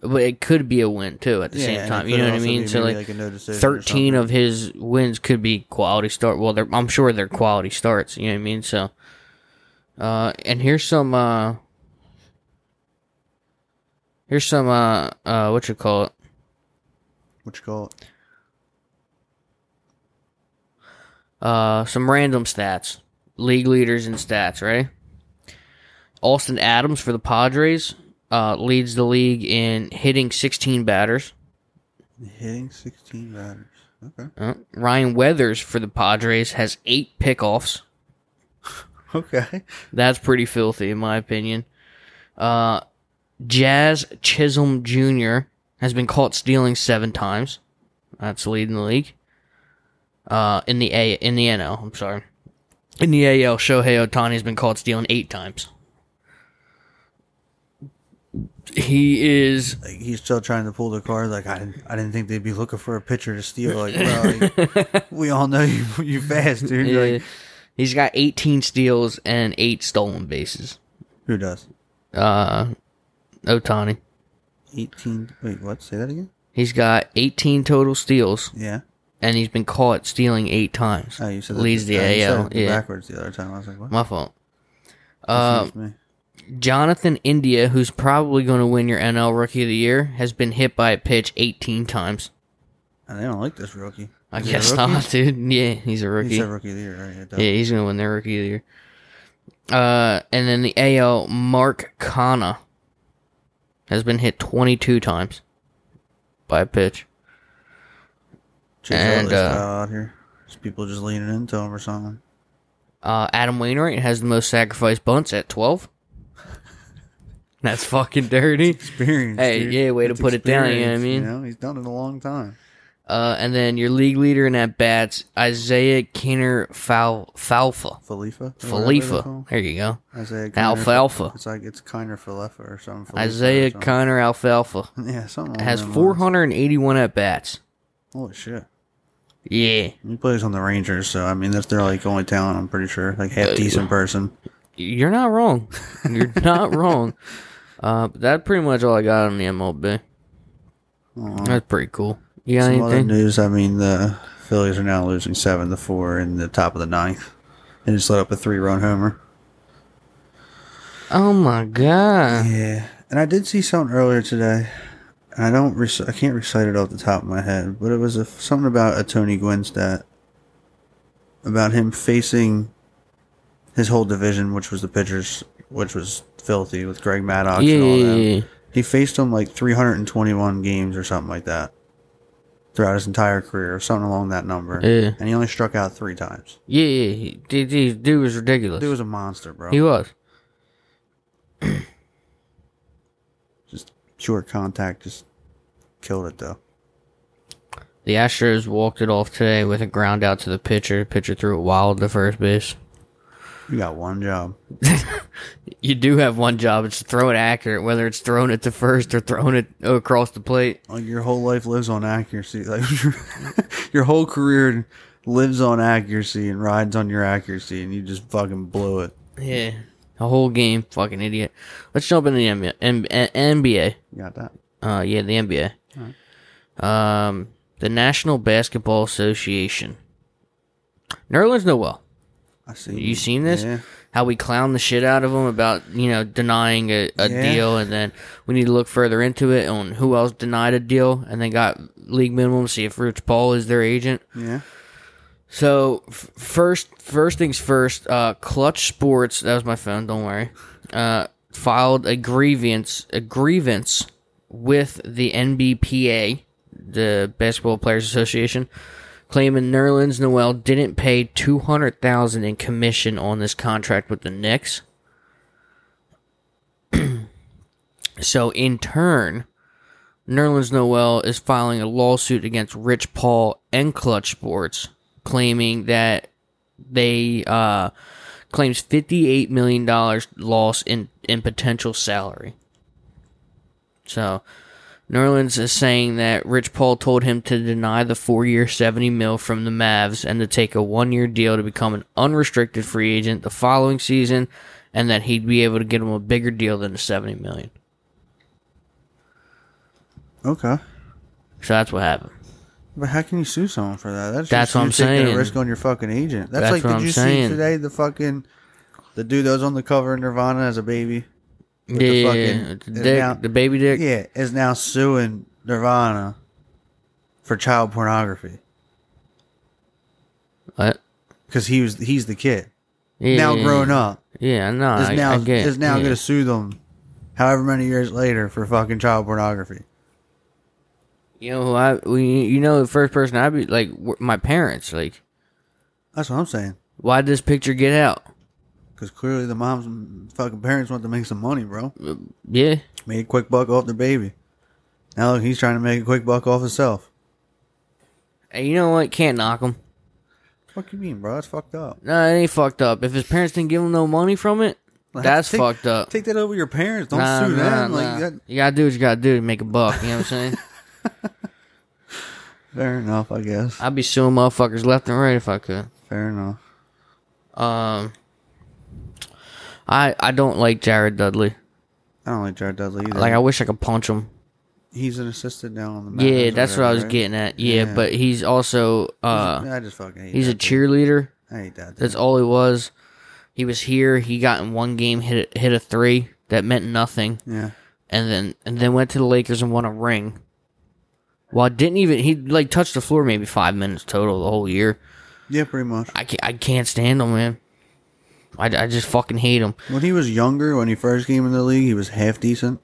Speaker 2: but it could be a win too at the
Speaker 1: Yeah,
Speaker 2: same
Speaker 1: and
Speaker 2: time.
Speaker 1: it
Speaker 2: You
Speaker 1: could
Speaker 2: know what I
Speaker 1: also be
Speaker 2: mean? So
Speaker 1: maybe
Speaker 2: like,
Speaker 1: like a no decision or
Speaker 2: thirteen of his wins could be quality start. Well, they're, I'm sure they're quality starts. You know what I mean? So, uh, and here's some uh, here's some uh, uh, what you call it?
Speaker 1: What you call it?
Speaker 2: Uh, some random stats, league leaders in stats, right? Austin Adams for the Padres uh, leads the league in hitting 16 batters.
Speaker 1: Hitting 16 batters. Okay.
Speaker 2: Uh, Ryan Weathers for the Padres has eight pickoffs.
Speaker 1: Okay.
Speaker 2: That's pretty filthy, in my opinion. Uh, Jazz Chisholm Jr. has been caught stealing seven times. That's leading the league. Uh, in the A in the NL, I'm sorry. In the AL, Shohei Otani has been caught stealing eight times. He is
Speaker 1: Like he's still trying to pull the card. Like I didn't, I didn't think they'd be looking for a pitcher to steal. Like, bro, like, we all know you, you fast, dude.
Speaker 2: Yeah.
Speaker 1: Like,
Speaker 2: uh, he's got 18 steals and eight stolen bases.
Speaker 1: who does?
Speaker 2: Uh, Otani.
Speaker 1: 18. Wait, what? Say that again?
Speaker 2: He's got 18 total steals,
Speaker 1: Yeah.
Speaker 2: and he's been caught stealing eight times.
Speaker 1: Oh, you said that
Speaker 2: leads
Speaker 1: just- oh,
Speaker 2: the
Speaker 1: you said
Speaker 2: AL.
Speaker 1: it
Speaker 2: Yeah,
Speaker 1: backwards the other time. I was like, what?
Speaker 2: my fault. Uh,
Speaker 1: Confused
Speaker 2: Um,
Speaker 1: me.
Speaker 2: Jonathan India, who's probably going to win your NL Rookie of the Year, has been hit by a pitch 18 times.
Speaker 1: And they don't like this rookie.
Speaker 2: I
Speaker 1: Is he a
Speaker 2: guess
Speaker 1: rookie?
Speaker 2: not, dude. Yeah, he's a rookie.
Speaker 1: He said rookie of the year, right? It does.
Speaker 2: yeah, he's going to win their Rookie of the Year. Uh, and then the AL, Mark Kana has been hit 22 times by a pitch.
Speaker 1: Jeez, all
Speaker 2: and,
Speaker 1: this
Speaker 2: uh,
Speaker 1: style out here. Just people just leaning into him or something.
Speaker 2: Uh, Adam Wainwright has the most sacrificed bunts at 12. That's fucking dirty.
Speaker 1: Experience.
Speaker 2: Hey,
Speaker 1: dude.
Speaker 2: yeah, way to
Speaker 1: It's
Speaker 2: put it down, you know what I
Speaker 1: experience,
Speaker 2: mean?
Speaker 1: know? he's done it a long time.
Speaker 2: Uh, and then your league leader in at bats, Isaiah Kinner Fal- Falfa.
Speaker 1: Falifa. or whatever they're
Speaker 2: Falifa.
Speaker 1: called.
Speaker 2: There you go.
Speaker 1: Isaiah Kiner-
Speaker 2: Alfalfa.
Speaker 1: It's like it's Kiner Falefa or something. Falefa or
Speaker 2: Isaiah
Speaker 1: something.
Speaker 2: Kinner Alfalfa
Speaker 1: Yeah, something. along
Speaker 2: has
Speaker 1: them
Speaker 2: 481 at bats.
Speaker 1: lines. Holy shit!
Speaker 2: Yeah.
Speaker 1: He plays on the Rangers, so I mean that's their like only talent. I'm pretty sure, like
Speaker 2: Uh,
Speaker 1: half decent person.
Speaker 2: You're not wrong. You're not wrong. Uh, but that's pretty much all I got on the MLB. That's pretty cool. You got
Speaker 1: Some other
Speaker 2: anything?
Speaker 1: news. I mean, the Phillies are now losing seven to four in the top of the ninth. They just let up a three-run homer.
Speaker 2: Oh my god.
Speaker 1: Yeah, and I did see something earlier today. I don't, rec- I can't recite it off the top of my head, but it was a, something about a Tony Gwynn stat about him facing his whole division, which was the pitchers, which was filthy with Greg Maddox
Speaker 2: Yeah,
Speaker 1: and all
Speaker 2: yeah,
Speaker 1: that.
Speaker 2: yeah.
Speaker 1: He faced them like 321 games or something like that throughout his entire career, or something along that number.
Speaker 2: Yeah.
Speaker 1: And he only struck out three times.
Speaker 2: Yeah, yeah, he- dude, dude, dude was ridiculous.
Speaker 1: Dude was a monster, bro.
Speaker 2: he was.
Speaker 1: just pure contact, just killed it though.
Speaker 2: The Astros walked it off today with a ground out to the pitcher. Pitcher threw it wild to first base.
Speaker 1: You got one job.
Speaker 2: You do have one job; it's to throw it accurate, whether it's throwing it to first or throwing it across the plate.
Speaker 1: like your whole life lives on accuracy. Like your whole career lives on accuracy and rides on your accuracy, and you just fucking blow it.
Speaker 2: Yeah, the whole game, fucking idiot. Let's jump into the NBA. M- N- NBA.
Speaker 1: You got that?
Speaker 2: Uh, yeah, the NBA. Um, the National Basketball Association. Nerlens Noel.
Speaker 1: I see.
Speaker 2: You seen this?
Speaker 1: Yeah.
Speaker 2: How we clown the shit out of him about you know denying a, a
Speaker 1: Yeah.
Speaker 2: deal, and then we need to look further into it on who else denied a deal, and they got league minimum. See if Rich Paul is their agent.
Speaker 1: Yeah.
Speaker 2: So f- first, first things first. Uh, Clutch Sports. That was my phone. Don't worry. Uh, filed a grievance, a grievance with the NBPA, the Basketball Players Association, claiming Nerlens Noel didn't pay two hundred thousand in commission on this contract with the Knicks. so in turn, Nerlens Noel is filing a lawsuit against Rich Paul and Clutch Sports, claiming that they uh, claims fifty eight million dollars loss in in potential salary. So, Nerlens is saying that Rich Paul told him to deny the four year seventy mil from the Mavs and to take a one year deal to become an unrestricted free agent the following season, and that he'd be able to get him a bigger deal than the seventy million.
Speaker 1: Okay.
Speaker 2: So that's what happened.
Speaker 1: But how can you sue someone for that? That's,
Speaker 2: That's
Speaker 1: just
Speaker 2: what
Speaker 1: you
Speaker 2: I'm
Speaker 1: taking
Speaker 2: saying.
Speaker 1: A risk on your fucking agent. That's,
Speaker 2: That's
Speaker 1: like
Speaker 2: what
Speaker 1: did
Speaker 2: I'm
Speaker 1: you see
Speaker 2: saying.
Speaker 1: today the fucking the dude that was on the cover of Nirvana as a baby?
Speaker 2: Yeah,
Speaker 1: the
Speaker 2: yeah,
Speaker 1: fucking-
Speaker 2: yeah. the
Speaker 1: and
Speaker 2: dick,
Speaker 1: now-
Speaker 2: the baby dick.
Speaker 1: Yeah, is now suing Nirvana for child pornography
Speaker 2: What?
Speaker 1: because he was he's the kid
Speaker 2: Yeah,
Speaker 1: now
Speaker 2: yeah,
Speaker 1: grown up
Speaker 2: Yeah, no,
Speaker 1: is
Speaker 2: I,
Speaker 1: now
Speaker 2: I get,
Speaker 1: is now
Speaker 2: yeah.
Speaker 1: going to sue them, however many years later for fucking child pornography.
Speaker 2: You know, who I we, you know the first person I'd be like were my parents. Like,
Speaker 1: That's what I'm saying.
Speaker 2: why did this picture get out?
Speaker 1: Because clearly the mom's and fucking parents want to make some money, bro.
Speaker 2: Yeah,
Speaker 1: Made a quick buck off their baby. Now look, he's trying to make a quick buck off himself.
Speaker 2: and you know what? Can't knock them.
Speaker 1: What you mean, bro? It's fucked up.
Speaker 2: No, it ain't fucked up. If his parents didn't give him no money from it, that's
Speaker 1: Take-
Speaker 2: fucked up.
Speaker 1: Take that over your parents. Don't
Speaker 2: Nah,
Speaker 1: sue
Speaker 2: nah,
Speaker 1: them.
Speaker 2: nah.
Speaker 1: Like that.
Speaker 2: You gotta do what you gotta do to make a buck. You know what I'm saying?
Speaker 1: Fair enough, I guess.
Speaker 2: I'd be suing motherfuckers left and right if I could.
Speaker 1: Fair enough.
Speaker 2: Um, I I don't like Jared Dudley.
Speaker 1: I don't like Jared Dudley either.
Speaker 2: Like I wish I could punch him.
Speaker 1: he's an assistant now on the Mavericks
Speaker 2: Yeah,
Speaker 1: or
Speaker 2: that's what I was
Speaker 1: whatever,
Speaker 2: getting at. Yeah,
Speaker 1: Yeah.
Speaker 2: but he's also
Speaker 1: right?
Speaker 2: uh
Speaker 1: I just fucking hate.
Speaker 2: he's a
Speaker 1: that dude.
Speaker 2: cheerleader.
Speaker 1: I hate that. Dude.
Speaker 2: That's all he was. He was here. He got in one game, hit a, hit a three that meant nothing,
Speaker 1: Yeah,
Speaker 2: and then and then went to the Lakers and won a ring. Well, didn't even he like touched the floor maybe five minutes total the whole year.
Speaker 1: yeah, pretty much.
Speaker 2: I can't, I can't stand him, man. I, I just fucking hate him.
Speaker 1: When he was younger, when he first came in the league, he was half decent.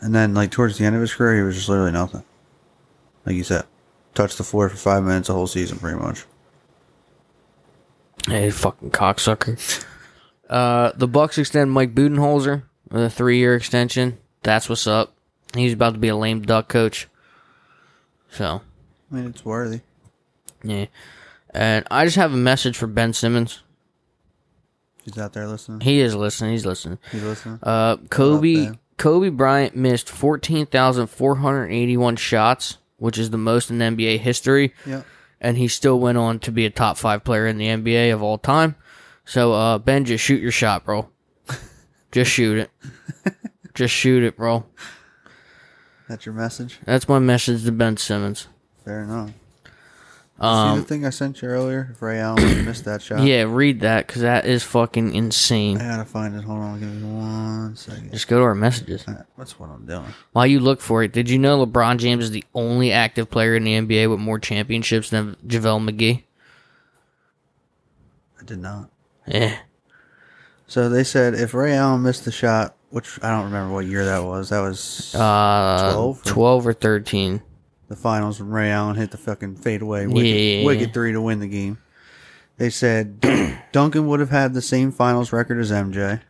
Speaker 1: And then, like, towards the end of his career, he was just literally nothing. Like you said, touched the floor for five minutes a whole season, pretty much.
Speaker 2: Hey, fucking cocksucker. Uh, the Bucks extend Mike Budenholzer with a three-year extension. That's what's up. He's about to be a lame duck coach. So,
Speaker 1: I mean, it's worthy.
Speaker 2: yeah. And I just have a message for Ben Simmons.
Speaker 1: He's out there listening.
Speaker 2: He is listening. He's listening.
Speaker 1: He's listening.
Speaker 2: Uh, Kobe
Speaker 1: Ben.
Speaker 2: Kobe Bryant missed fourteen thousand four hundred eighty-one shots, which is the most in NBA history.
Speaker 1: yeah.
Speaker 2: and he still went on to be a top five player in the NBA of all time. So uh, Ben, just shoot your shot, bro. just shoot it. just shoot it, bro.
Speaker 1: That's your message.
Speaker 2: That's my message to Ben Simmons.
Speaker 1: Fair enough. See
Speaker 2: Um,
Speaker 1: the thing I sent you earlier? If Ray Allen missed that shot.
Speaker 2: yeah, read that because that is fucking
Speaker 1: I
Speaker 2: insane.
Speaker 1: gotta find it. Hold on, give me one second.
Speaker 2: Just go to our messages.
Speaker 1: Alright, That's what I'm doing.
Speaker 2: While you look for it, did you know LeBron James is the only active player in the NBA with more championships than JaVale McGee?
Speaker 1: I did not.
Speaker 2: Yeah.
Speaker 1: So they said if Ray Allen missed the shot, which I don't remember what year that was. That was
Speaker 2: Uh, 12
Speaker 1: 12?
Speaker 2: or, 13.
Speaker 1: the finals when Ray Allen hit the fucking fadeaway
Speaker 2: Yeah,
Speaker 1: wicked,
Speaker 2: yeah, yeah.
Speaker 1: wicked three to win the game. They said Duncan would have had the same finals record as MJ.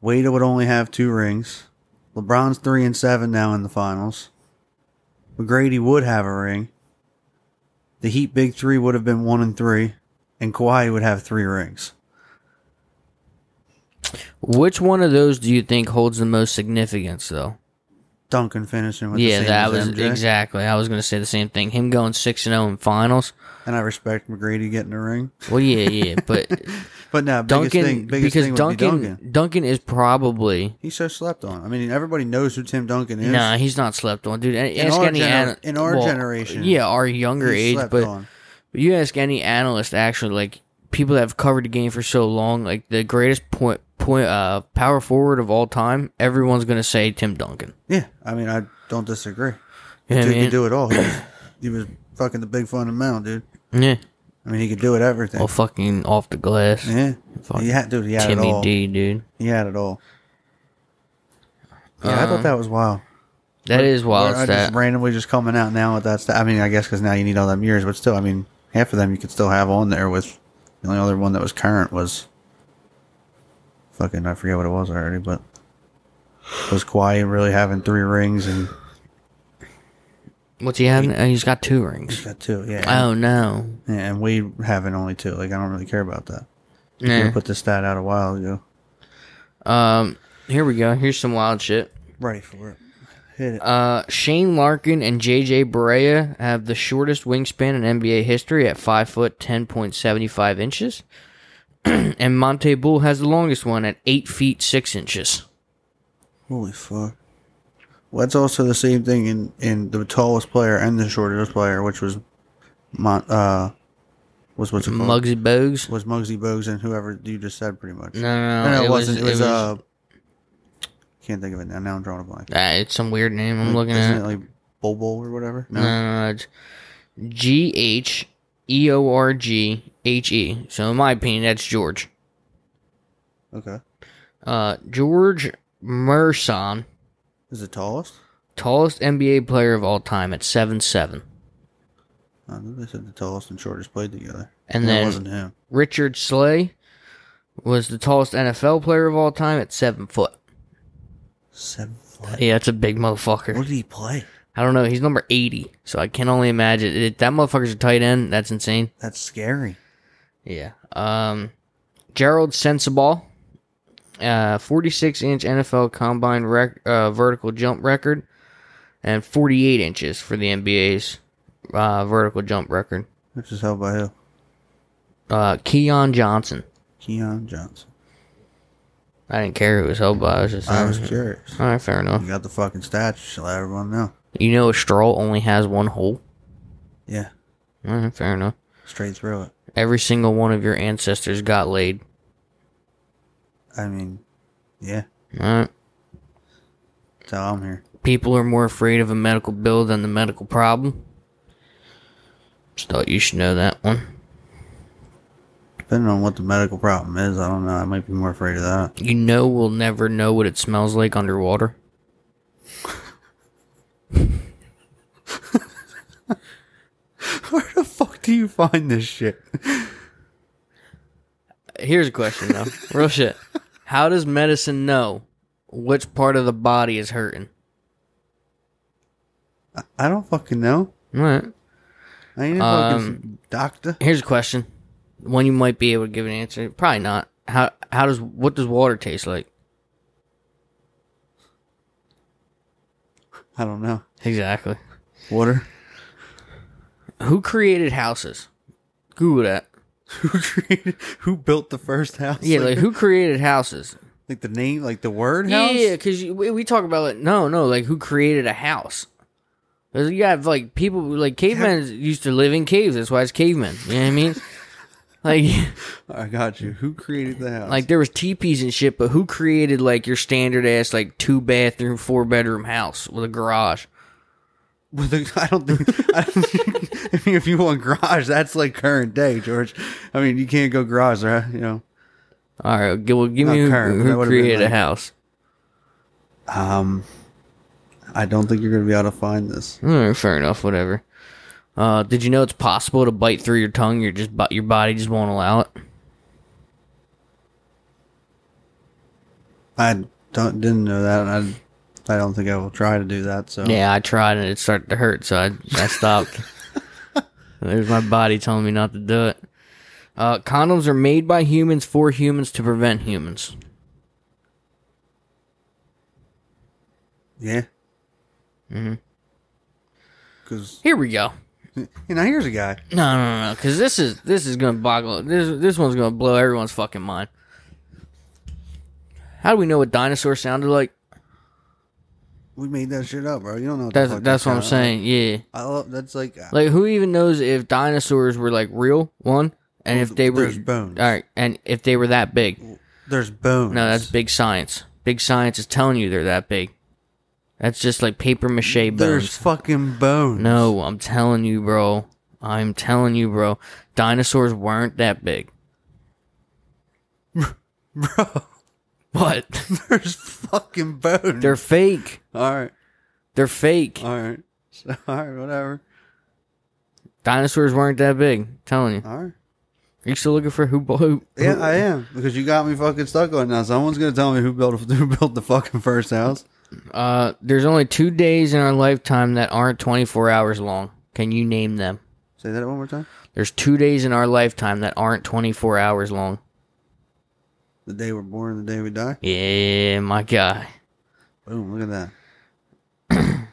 Speaker 1: Wade would only have two rings. LeBron's three and seven now in the finals. McGrady would have a ring. The Heat Big Three would have been one and three, and Kawhi would have three rings.
Speaker 2: Which one of those do you think holds the most significance, though?
Speaker 1: Duncan finishing with the
Speaker 2: yeah,
Speaker 1: same as
Speaker 2: that was
Speaker 1: MJ.
Speaker 2: exactly. I was going to say the same thing. Him going six and zero in finals.
Speaker 1: and I respect McGrady getting a ring.
Speaker 2: Well, yeah, yeah, but
Speaker 1: But no, biggest
Speaker 2: Duncan
Speaker 1: thing, biggest
Speaker 2: because
Speaker 1: thing would
Speaker 2: Duncan,
Speaker 1: be Duncan.
Speaker 2: Duncan is probably
Speaker 1: He's so slept on. I mean, everybody knows who Tim Duncan is.
Speaker 2: nah. He's not slept on, dude. In ask
Speaker 1: our
Speaker 2: any
Speaker 1: gener-
Speaker 2: ana-
Speaker 1: in our
Speaker 2: well,
Speaker 1: generation,
Speaker 2: yeah, our younger
Speaker 1: He's
Speaker 2: age,
Speaker 1: slept
Speaker 2: but
Speaker 1: on.
Speaker 2: you ask any analyst, actually, like people that have covered the game for so long, like the greatest point point uh power forward of all time, everyone's going to say Tim Duncan.
Speaker 1: yeah, I mean, I don't disagree.
Speaker 2: Yeah,
Speaker 1: dude
Speaker 2: man.
Speaker 1: could do it all. He was, he was fucking the big fundamental, dude.
Speaker 2: Yeah,
Speaker 1: I mean, he could do it everything.
Speaker 2: well, fucking off the glass,
Speaker 1: yeah,
Speaker 2: fuck
Speaker 1: he had, dude. He had it
Speaker 2: Timmy
Speaker 1: all.
Speaker 2: D, dude.
Speaker 1: He had it all. Yeah, I
Speaker 2: Um,
Speaker 1: thought that was wild.
Speaker 2: That is wild.
Speaker 1: Or I
Speaker 2: stat.
Speaker 1: just randomly just coming out now with that stuff. I mean, I guess because now you need all them years, but still, I mean, half of them you could still have on there. With the only other one that was current was fucking I forget what it was already, but was Kawhi really having three rings and
Speaker 2: What's he having? Oh, he's got two rings.
Speaker 1: got two? Yeah,
Speaker 2: Oh no.
Speaker 1: Yeah, and we haven't only two. Like I don't really care about that. You
Speaker 2: Nah.
Speaker 1: put this stat out a while ago.
Speaker 2: Um. Here we go. Here's some wild shit.
Speaker 1: Ready for it. Hit it.
Speaker 2: Uh, Shane Larkin and JJ Barea have the shortest wingspan in NBA history at five foot ten point seventy five inches, and Monte Bull has the longest one at eight feet six inches.
Speaker 1: Holy fuck. Well, that's also the same thing in, in the tallest player and the shortest player, which was, Mon, uh, was what's it called?
Speaker 2: Muggsy Bogues.
Speaker 1: was Muggsy Bogues and whoever you just said, pretty much.
Speaker 2: No, no,
Speaker 1: No,
Speaker 2: no.
Speaker 1: no, it, wasn't. It was, uh, can't think of it now. Now I'm drawing a blank.
Speaker 2: ah, it's some weird name I'm looking
Speaker 1: Isn't
Speaker 2: at.
Speaker 1: it like Bol Bol or whatever?
Speaker 2: No, no, no, it's G H E O R G H E. So in my opinion, that's George.
Speaker 1: Okay.
Speaker 2: Uh, George Merson,
Speaker 1: Is it tallest?
Speaker 2: tallest NBA player of all time at seven seven,
Speaker 1: I think they said the tallest and shortest played together.
Speaker 2: and
Speaker 1: it
Speaker 2: then
Speaker 1: wasn't him.
Speaker 2: Richard Slay was the tallest NFL player of all time at seven foot.
Speaker 1: Seven foot.
Speaker 2: Yeah, that's a big motherfucker.
Speaker 1: What did he play?
Speaker 2: I don't know. He's number eighty, so I can only imagine it, that motherfucker's a tight end. That's insane.
Speaker 1: That's scary.
Speaker 2: Yeah. Um, Gerald Sensabaugh, uh, 46 inch NFL combine rec- uh, vertical jump record, and 48 inches for the NBA's uh, vertical jump record.
Speaker 1: This is held by who?
Speaker 2: Uh, Keon Johnson.
Speaker 1: Keon Johnson.
Speaker 2: I didn't care who it was held by. I was just.
Speaker 1: I was curious.
Speaker 2: all right, fair enough.
Speaker 1: You got the fucking stats. Just let everyone know.
Speaker 2: You know, a straw only has one hole.
Speaker 1: Yeah.
Speaker 2: All right, fair enough.
Speaker 1: Straight through it.
Speaker 2: Every single one of your ancestors got laid.
Speaker 1: I mean, yeah.
Speaker 2: All right.
Speaker 1: That's how I'm here.
Speaker 2: People are more afraid of a medical bill than the medical problem. Just thought you should know that one.
Speaker 1: Depending on what the medical problem is, I don't know. I might be more afraid of that.
Speaker 2: You know, we'll never know what it smells like underwater.
Speaker 1: Where the fuck do you find this shit?
Speaker 2: Here's a question, though. Real shit. How does medicine know which part of the body is hurting?
Speaker 1: I don't fucking know.
Speaker 2: All right.
Speaker 1: I ain't a
Speaker 2: Um,
Speaker 1: fucking doctor.
Speaker 2: Here's a question. One you might be able to give an answer. Probably not. How how does what does water taste like?
Speaker 1: I don't know.
Speaker 2: Exactly.
Speaker 1: Water.
Speaker 2: Who created houses? Google that.
Speaker 1: who created? Who built the first house?
Speaker 2: Yeah, like who created houses?
Speaker 1: like the name, like the word
Speaker 2: Yeah,
Speaker 1: house.
Speaker 2: Yeah, because we we talk about like no, no, like who created a house? 'Cause you have like people like cavemen used to live in caves. That's why it's cavemen. You know what I mean? like,
Speaker 1: I got you. Who created the house?
Speaker 2: like there was teepees and shit, but who created like your standard ass like two bathroom, four bedroom house with a garage?
Speaker 1: With the, I don't think. I don't think I mean, if you want garage, that's like current day, George. I mean, you can't go garage, right? You know.
Speaker 2: All right, g- well, give me
Speaker 1: Not
Speaker 2: who,
Speaker 1: current, but that
Speaker 2: who
Speaker 1: would've been,
Speaker 2: created a
Speaker 1: like-
Speaker 2: house.
Speaker 1: Um, I don't think you're gonna be able to find this.
Speaker 2: All right, fair enough, whatever. Uh, did you know it's possible to bite through your tongue? Your just bo- your body just won't allow it.
Speaker 1: I don't didn't know that. and I I don't think I will try to do that. So
Speaker 2: Yeah, I tried and it started to hurt, so I, I stopped. There's my body telling me not to do it. Uh, condoms are made by humans for humans to prevent humans.
Speaker 1: yeah. Mm-hmm.
Speaker 2: Mm-hmm.
Speaker 1: Because
Speaker 2: Here we go.
Speaker 1: you know, here's a guy.
Speaker 2: No, no, no, because this is this is gonna boggle. This this one's gonna blow everyone's fucking mind. How do we know what dinosaurs sounded like?
Speaker 1: We made that shit up, bro. You don't know. What the
Speaker 2: That's
Speaker 1: fuck
Speaker 2: that's
Speaker 1: that
Speaker 2: what I'm
Speaker 1: sound-
Speaker 2: saying. Yeah,
Speaker 1: I love that's like, uh,
Speaker 2: like who even knows if dinosaurs were like real one, and if they were
Speaker 1: there's bones.
Speaker 2: All right, and if they were that big.
Speaker 1: there's bones.
Speaker 2: No, that's big science. Big science is telling you they're that big. That's just like paper mache bones.
Speaker 1: there's fucking bones.
Speaker 2: no, I'm telling you, bro. I'm telling you, bro. Dinosaurs weren't that big.
Speaker 1: bro,
Speaker 2: What?
Speaker 1: there's fucking bones.
Speaker 2: They're fake.
Speaker 1: all right,
Speaker 2: They're fake.
Speaker 1: all right, So, all right, whatever.
Speaker 2: Dinosaurs weren't that big. telling you.
Speaker 1: All right,
Speaker 2: You still looking for who? bu- who
Speaker 1: yeah, I am because you got me fucking stuck on it now. Someone's gonna tell me who built who built the fucking first house.
Speaker 2: Uh, there's only two days in our lifetime that aren't 24 hours long. Can you name them?
Speaker 1: Say that one more time.
Speaker 2: There's two days in our lifetime that aren't 24 hours long.
Speaker 1: The day we're born, and the day we die.
Speaker 2: Yeah, my guy.
Speaker 1: Boom! Look at that.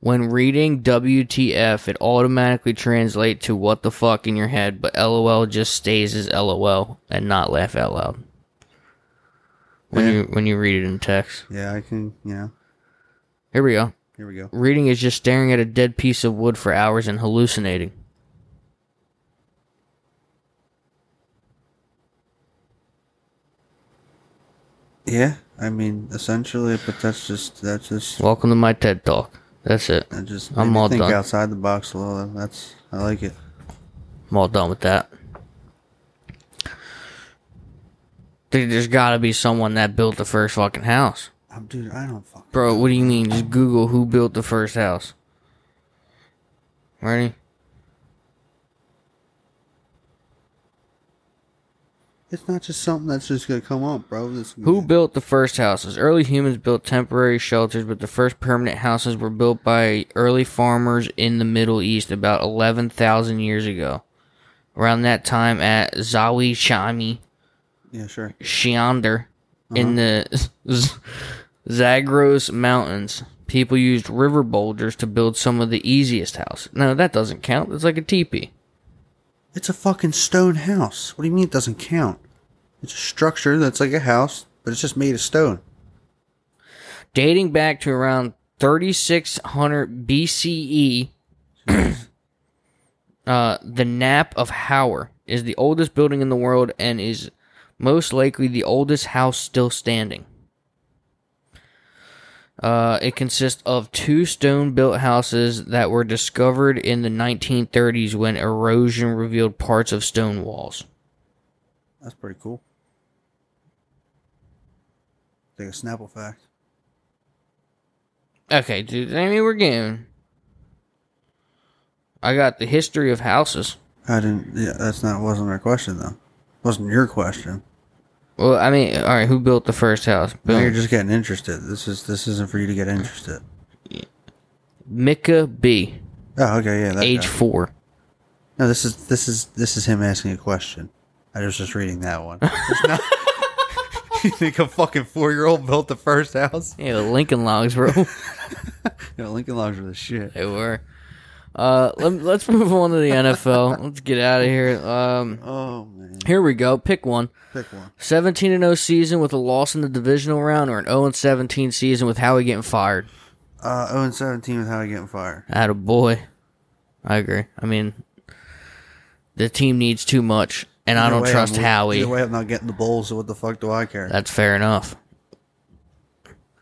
Speaker 2: When reading WTF, it automatically translates to what the fuck in your head, but LOL just stays as LOL and not laugh out loud. When
Speaker 1: Yeah.
Speaker 2: you when you read it in text.
Speaker 1: Yeah, I can. You know,
Speaker 2: Here we go.
Speaker 1: Here we go.
Speaker 2: Reading is just staring at a dead piece of wood for hours and hallucinating.
Speaker 1: Yeah, I mean, essentially, but that's just that's just
Speaker 2: Welcome to my TED Talk. That's it.
Speaker 1: that just
Speaker 2: I'm
Speaker 1: made me
Speaker 2: all
Speaker 1: think
Speaker 2: done.
Speaker 1: outside the box a little. That's I like it.
Speaker 2: I'm all done with that. Dude, there's gotta be someone that built the first fucking house.
Speaker 1: i dude, I don't fuck.
Speaker 2: Bro, what do you mean? Just Google who built the first house. Ready?
Speaker 1: It's not just something that's just gonna come up, bro. This
Speaker 2: Who built the first houses? Early humans built temporary shelters, but the first permanent houses were built by early farmers in the Middle East about 11,000 years ago. Around that time at Zawi Shami
Speaker 1: Yeah, sure.
Speaker 2: Shiander in the Z- Zagros Mountains, people used river boulders to build some of the easiest houses. No, that doesn't count. It's like a teepee.
Speaker 1: It's a fucking stone house. What do you mean it doesn't count? It's a structure that's like a house, but it's just made of stone.
Speaker 2: dating back to around 3600 BCE. E, uh, the Nap of Howard is the oldest building in the world and is most likely the oldest house still standing. Uh, it consists of two stone built houses that were discovered in the 1930s when erosion revealed parts of stone walls.
Speaker 1: That's pretty cool. Take a Snapple fact.
Speaker 2: Okay, dude, I mean, we're getting. I got the history of houses.
Speaker 1: I didn't. Yeah, that's not wasn't my question though. Wasn't your question.
Speaker 2: Well, I mean, all right, who built the first house?
Speaker 1: Now you're
Speaker 2: Boom.
Speaker 1: just getting interested. This is this isn't for you to get interested.
Speaker 2: Micah B,
Speaker 1: Oh, okay, yeah. That
Speaker 2: age
Speaker 1: guy.
Speaker 2: four.
Speaker 1: No, this is this is this is him asking a question. I was just reading that one. It's not- you think a fucking four year old built the first house?
Speaker 2: Yeah, the Lincoln Logs, bro.
Speaker 1: No, Lincoln Logs are the shit.
Speaker 2: they were. Uh, let, let's move on to the NFL. Let's get out of here. Um,
Speaker 1: Oh man,
Speaker 2: here we go. Pick one.
Speaker 1: pick one.
Speaker 2: 17 and 0 season with a loss in the divisional round, or an 0 and 17 season with Howie getting fired.
Speaker 1: Uh, zero and seventeen with how I getting fired.
Speaker 2: Atta boy. I agree. I mean, the team needs too much, and I
Speaker 1: Either
Speaker 2: don't
Speaker 1: way,
Speaker 2: trust
Speaker 1: I'm-
Speaker 2: Howie.
Speaker 1: Either way, I'm not getting the bowl. So what the fuck do I care?
Speaker 2: That's fair enough.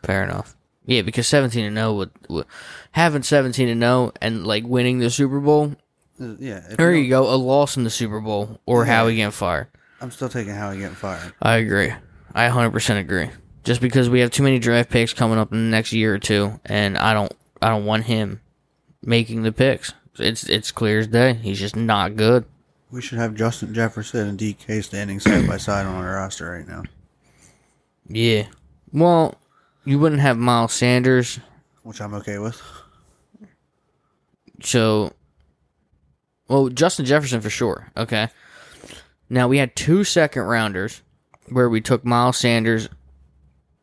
Speaker 2: Fair enough. Yeah, because seventeen and zero would, would having seventeen and zero and like winning the Super Bowl.
Speaker 1: Uh, yeah, if
Speaker 2: There
Speaker 1: you
Speaker 2: you go, a loss in the Super Bowl or
Speaker 1: Yeah.
Speaker 2: Howie getting fired.
Speaker 1: don't- I'm still taking how I getting fired.
Speaker 2: I agree. I hundred percent agree. Just because we have too many draft picks coming up in the next year or two, and I don't, I don't want him making the picks. It's it's clear as day. He's just not good.
Speaker 1: We should have Justin Jefferson and DK standing side by side on our roster right now,
Speaker 2: Yeah. Well, you wouldn't have Miles Sanders,
Speaker 1: which I'm okay with.
Speaker 2: So, well, Justin Jefferson for sure. Okay. Now we had two second rounders where we took Miles Sanders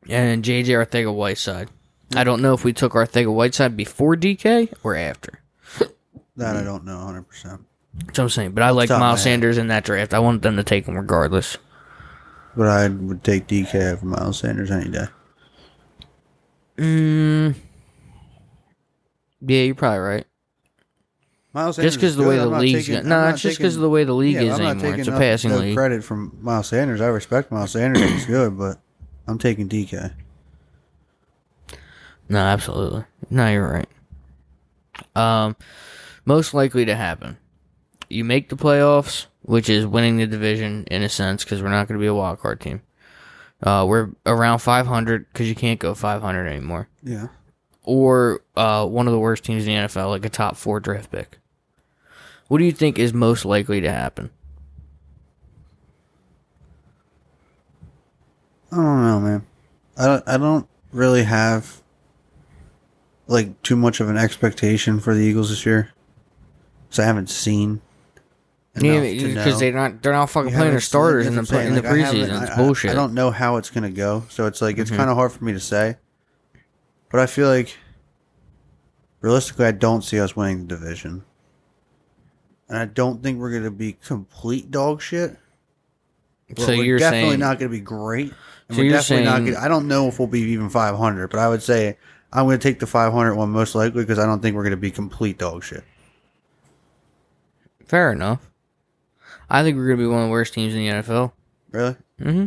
Speaker 2: and JJ Arthega Whiteside. I don't know if we took Arthega Whiteside before DK or after.
Speaker 1: That
Speaker 2: Mm-hmm.
Speaker 1: I don't know 100. percent
Speaker 2: That's what I'm saying. But I like
Speaker 1: Top
Speaker 2: Miles
Speaker 1: man.
Speaker 2: Sanders in that draft. I wanted them to take him regardless.
Speaker 1: But I would take DK over Miles Sanders any day.
Speaker 2: Mm. Yeah, you're probably right.
Speaker 1: Miles
Speaker 2: Just because the way the league's going. No, it's just because of the way the league is anymore. It's a passing league.
Speaker 1: credit from Miles Sanders. I respect Miles Sanders. He's good, but I'm taking DK.
Speaker 2: No, absolutely. No, you're right. Um, most likely to happen. You make the playoffs, which is winning the division in a sense, because we're not going to be a wild card team. Uh, we're around 500 because you can't go 500 anymore,
Speaker 1: Yeah,
Speaker 2: or uh, one of the worst teams in the NFL, like a top four draft pick. What do you think is most likely to happen?
Speaker 1: I don't know, man. I don't, I don't really have like too much of an expectation for the Eagles this year, so I haven't seen. enough to know.
Speaker 2: Because they're not they're not fucking
Speaker 1: You
Speaker 2: playing
Speaker 1: haven't
Speaker 2: their
Speaker 1: seen-
Speaker 2: starters in the
Speaker 1: that's
Speaker 2: play,
Speaker 1: what
Speaker 2: in
Speaker 1: I'm saying, like,
Speaker 2: the
Speaker 1: I
Speaker 2: preseason.
Speaker 1: haven't-
Speaker 2: It's
Speaker 1: I- I-
Speaker 2: bullshit. Mm-hmm.
Speaker 1: I don't know how it's gonna go, so it's like it's kind of hard for me to say. But I feel like realistically, I don't see us winning the division, and I don't think we're gonna be complete dog shit.
Speaker 2: so
Speaker 1: We're- we're
Speaker 2: you're
Speaker 1: definitely
Speaker 2: saying
Speaker 1: not gonna be great. And
Speaker 2: So
Speaker 1: we're
Speaker 2: you're
Speaker 1: definitely not
Speaker 2: saying-
Speaker 1: gonna, I don't know if we'll be even 500, but I would say I'm going to take the 500 one most likely because I don't think we're going to be complete dog shit.
Speaker 2: Fair enough. I think we're gonna be one of the worst teams in the NFL.
Speaker 1: Really?
Speaker 2: Mm-hmm.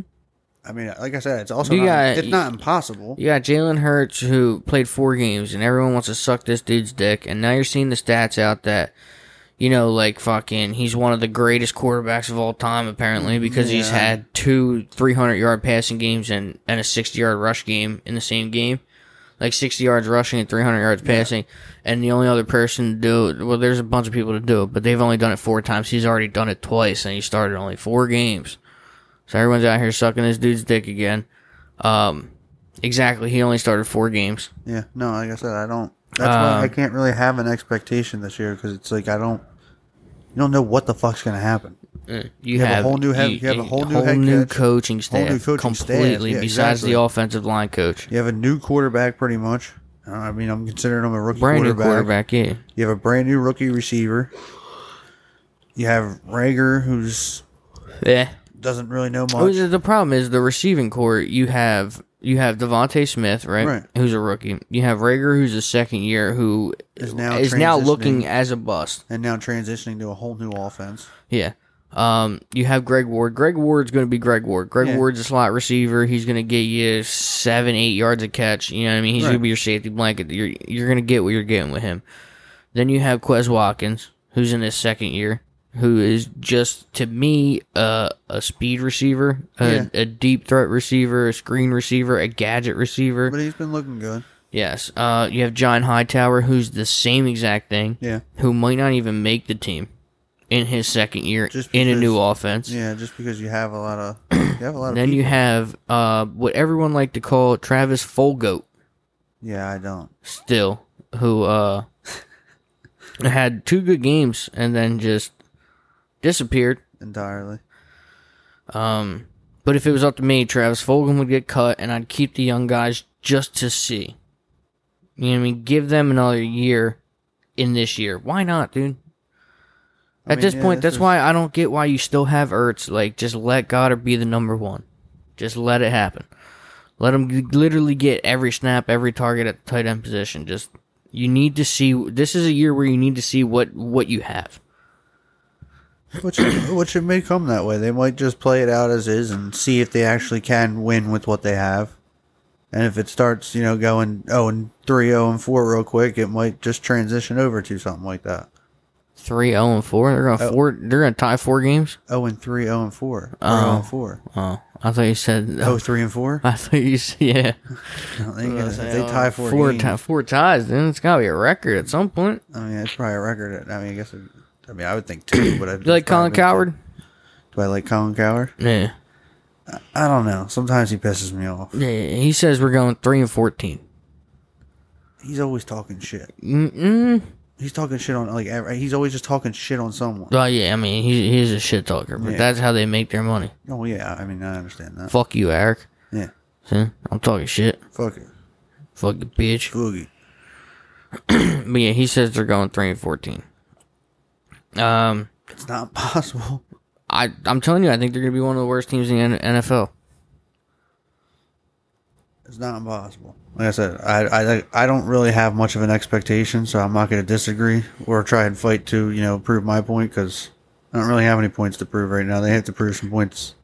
Speaker 1: I mean, like I said, it's also
Speaker 2: You
Speaker 1: not,
Speaker 2: got-
Speaker 1: it's not impossible.
Speaker 2: You got Jalen Hurts who played four games, and everyone wants to suck this dude's dick. And now you're seeing the stats out that, you know, like fucking, he's one of the greatest quarterbacks of all time apparently because he's
Speaker 1: Yeah.
Speaker 2: had two 300 yard passing games and and a 60 yard rush game in the same game. Like 60 yards rushing and 300 yards passing. And the only other person to do it, well, there's a bunch of people to do it, but they've only done it four times. He's already done it twice, and he started only four games. So everyone's out here sucking this dude's dick again. Um, exactly. He only started four games.
Speaker 1: Yeah. No, like I said, I don't. That's
Speaker 2: Um,
Speaker 1: why I can't really have an expectation this year because it's like I don't. You don't know what the fuck's going to happen.
Speaker 2: You,
Speaker 1: have a
Speaker 2: have
Speaker 1: whole new head- you have a whole new head coach,
Speaker 2: coaching staff,
Speaker 1: new coaching staff,
Speaker 2: completely
Speaker 1: yeah,
Speaker 2: besides
Speaker 1: exactly.
Speaker 2: the offensive line coach,
Speaker 1: You have a new quarterback, pretty much. Uh, I mean, I'm considering him a rookie
Speaker 2: brand
Speaker 1: quarterback.
Speaker 2: new quarterback. Yeah,
Speaker 1: You have a brand new rookie receiver. You have Rager, who's
Speaker 2: yeah.
Speaker 1: doesn't really know
Speaker 2: Oh,
Speaker 1: much.
Speaker 2: Eh, The the problem is the receiving core. You have you have Devonte Smith, right?
Speaker 1: Right.
Speaker 2: Who's a rookie. You have Rager, who's a second year, who
Speaker 1: Is now
Speaker 2: is now looking
Speaker 1: transitioning.
Speaker 2: as a bust.
Speaker 1: And now transitioning to a whole new offense.
Speaker 2: Yeah. Um, you have Greg Ward. Greg Ward's going to be Greg Ward. Greg
Speaker 1: Yeah.
Speaker 2: Ward's a slot receiver. He's going to get you seven, eight yards a catch. You know what I mean? He's
Speaker 1: Right.
Speaker 2: going to be your safety blanket. You're you're going to get what you're getting with him. Then you have Quez Watkins, who's in his second year, who is just to me uh, a speed receiver, a,
Speaker 1: Yeah.
Speaker 2: a deep threat receiver, a screen receiver, a gadget receiver.
Speaker 1: But he's been looking good.
Speaker 2: Yes. Uh, you have John Hightower, who's the same exact thing
Speaker 1: Yeah.
Speaker 2: who might not even make the team in his second year
Speaker 1: Just
Speaker 2: in a
Speaker 1: because-
Speaker 2: new offense.
Speaker 1: Yeah, just because you have a lot of you have a lot of
Speaker 2: Then
Speaker 1: people.
Speaker 2: you have uh, what everyone like to call Travis Folgoat
Speaker 1: Yeah, I don't.
Speaker 2: still, who uh, had two good games and then just disappeared.
Speaker 1: Entirely.
Speaker 2: Um, but if it was up to me, Travis Fulgham would get cut, and I'd keep the young guys just to see. You know what I mean? Give them another year in this year. Why not, dude?
Speaker 1: I
Speaker 2: At
Speaker 1: mean,
Speaker 2: this
Speaker 1: yeah,
Speaker 2: point,
Speaker 1: this
Speaker 2: that's
Speaker 1: is-
Speaker 2: why I don't get why you still have Ertz. Like, just let Goddard be the number one. Just let it happen. Let him g- literally get every snap, every target at the tight end position. Just you need to see. This is a year where you need to see what what you have.
Speaker 1: Which which it may come that way. They might just play it out as is and see if they actually can win with what they have. And if it starts, you know, going oh and three, oh and four real quick, it might just transition over to something like that.
Speaker 2: Three zero and four. They're
Speaker 1: Uh,
Speaker 2: gonna four. They're gonna tie four games.
Speaker 1: Oh and three, oh and four. Or oh and four.
Speaker 2: Oh, I thought you said.
Speaker 1: Oh three and four?
Speaker 2: I thought you said yeah.
Speaker 1: No, they, if they
Speaker 2: oh,
Speaker 1: tie four, games,
Speaker 2: ti- four ties. Then it's gotta be a record at some point.
Speaker 1: I mean, it's probably a record. I mean, I guess. It, I mean, I would think two, but I
Speaker 2: You like Colin Coward?
Speaker 1: Do I like Colin Coward?
Speaker 2: Yeah.
Speaker 1: I don't know. Sometimes he pisses me off.
Speaker 2: yeah. He says we're going three and fourteen.
Speaker 1: He's always talking shit.
Speaker 2: Mm-mm.
Speaker 1: He's talking shit on like. every- He's always just talking shit on someone.
Speaker 2: Well, yeah. I mean, he, he's a shit talker, but
Speaker 1: Yeah.
Speaker 2: that's how they make their money.
Speaker 1: Oh yeah, I mean, I understand that.
Speaker 2: Fuck you, Eric.
Speaker 1: Yeah,
Speaker 2: See? I'm talking shit.
Speaker 1: fuck it,
Speaker 2: Fuck you, bitch.
Speaker 1: boogie.
Speaker 2: But yeah, he says they're going three and fourteen. Um,
Speaker 1: It's not possible.
Speaker 2: I I'm telling you, I think they're gonna be one of the worst teams in the N- NFL.
Speaker 1: It's not impossible. Like I said, I, I I don't really have much of an expectation, so I'm not going to disagree or try and fight to you know prove my point because I don't really have any points to prove right now. They have to prove some points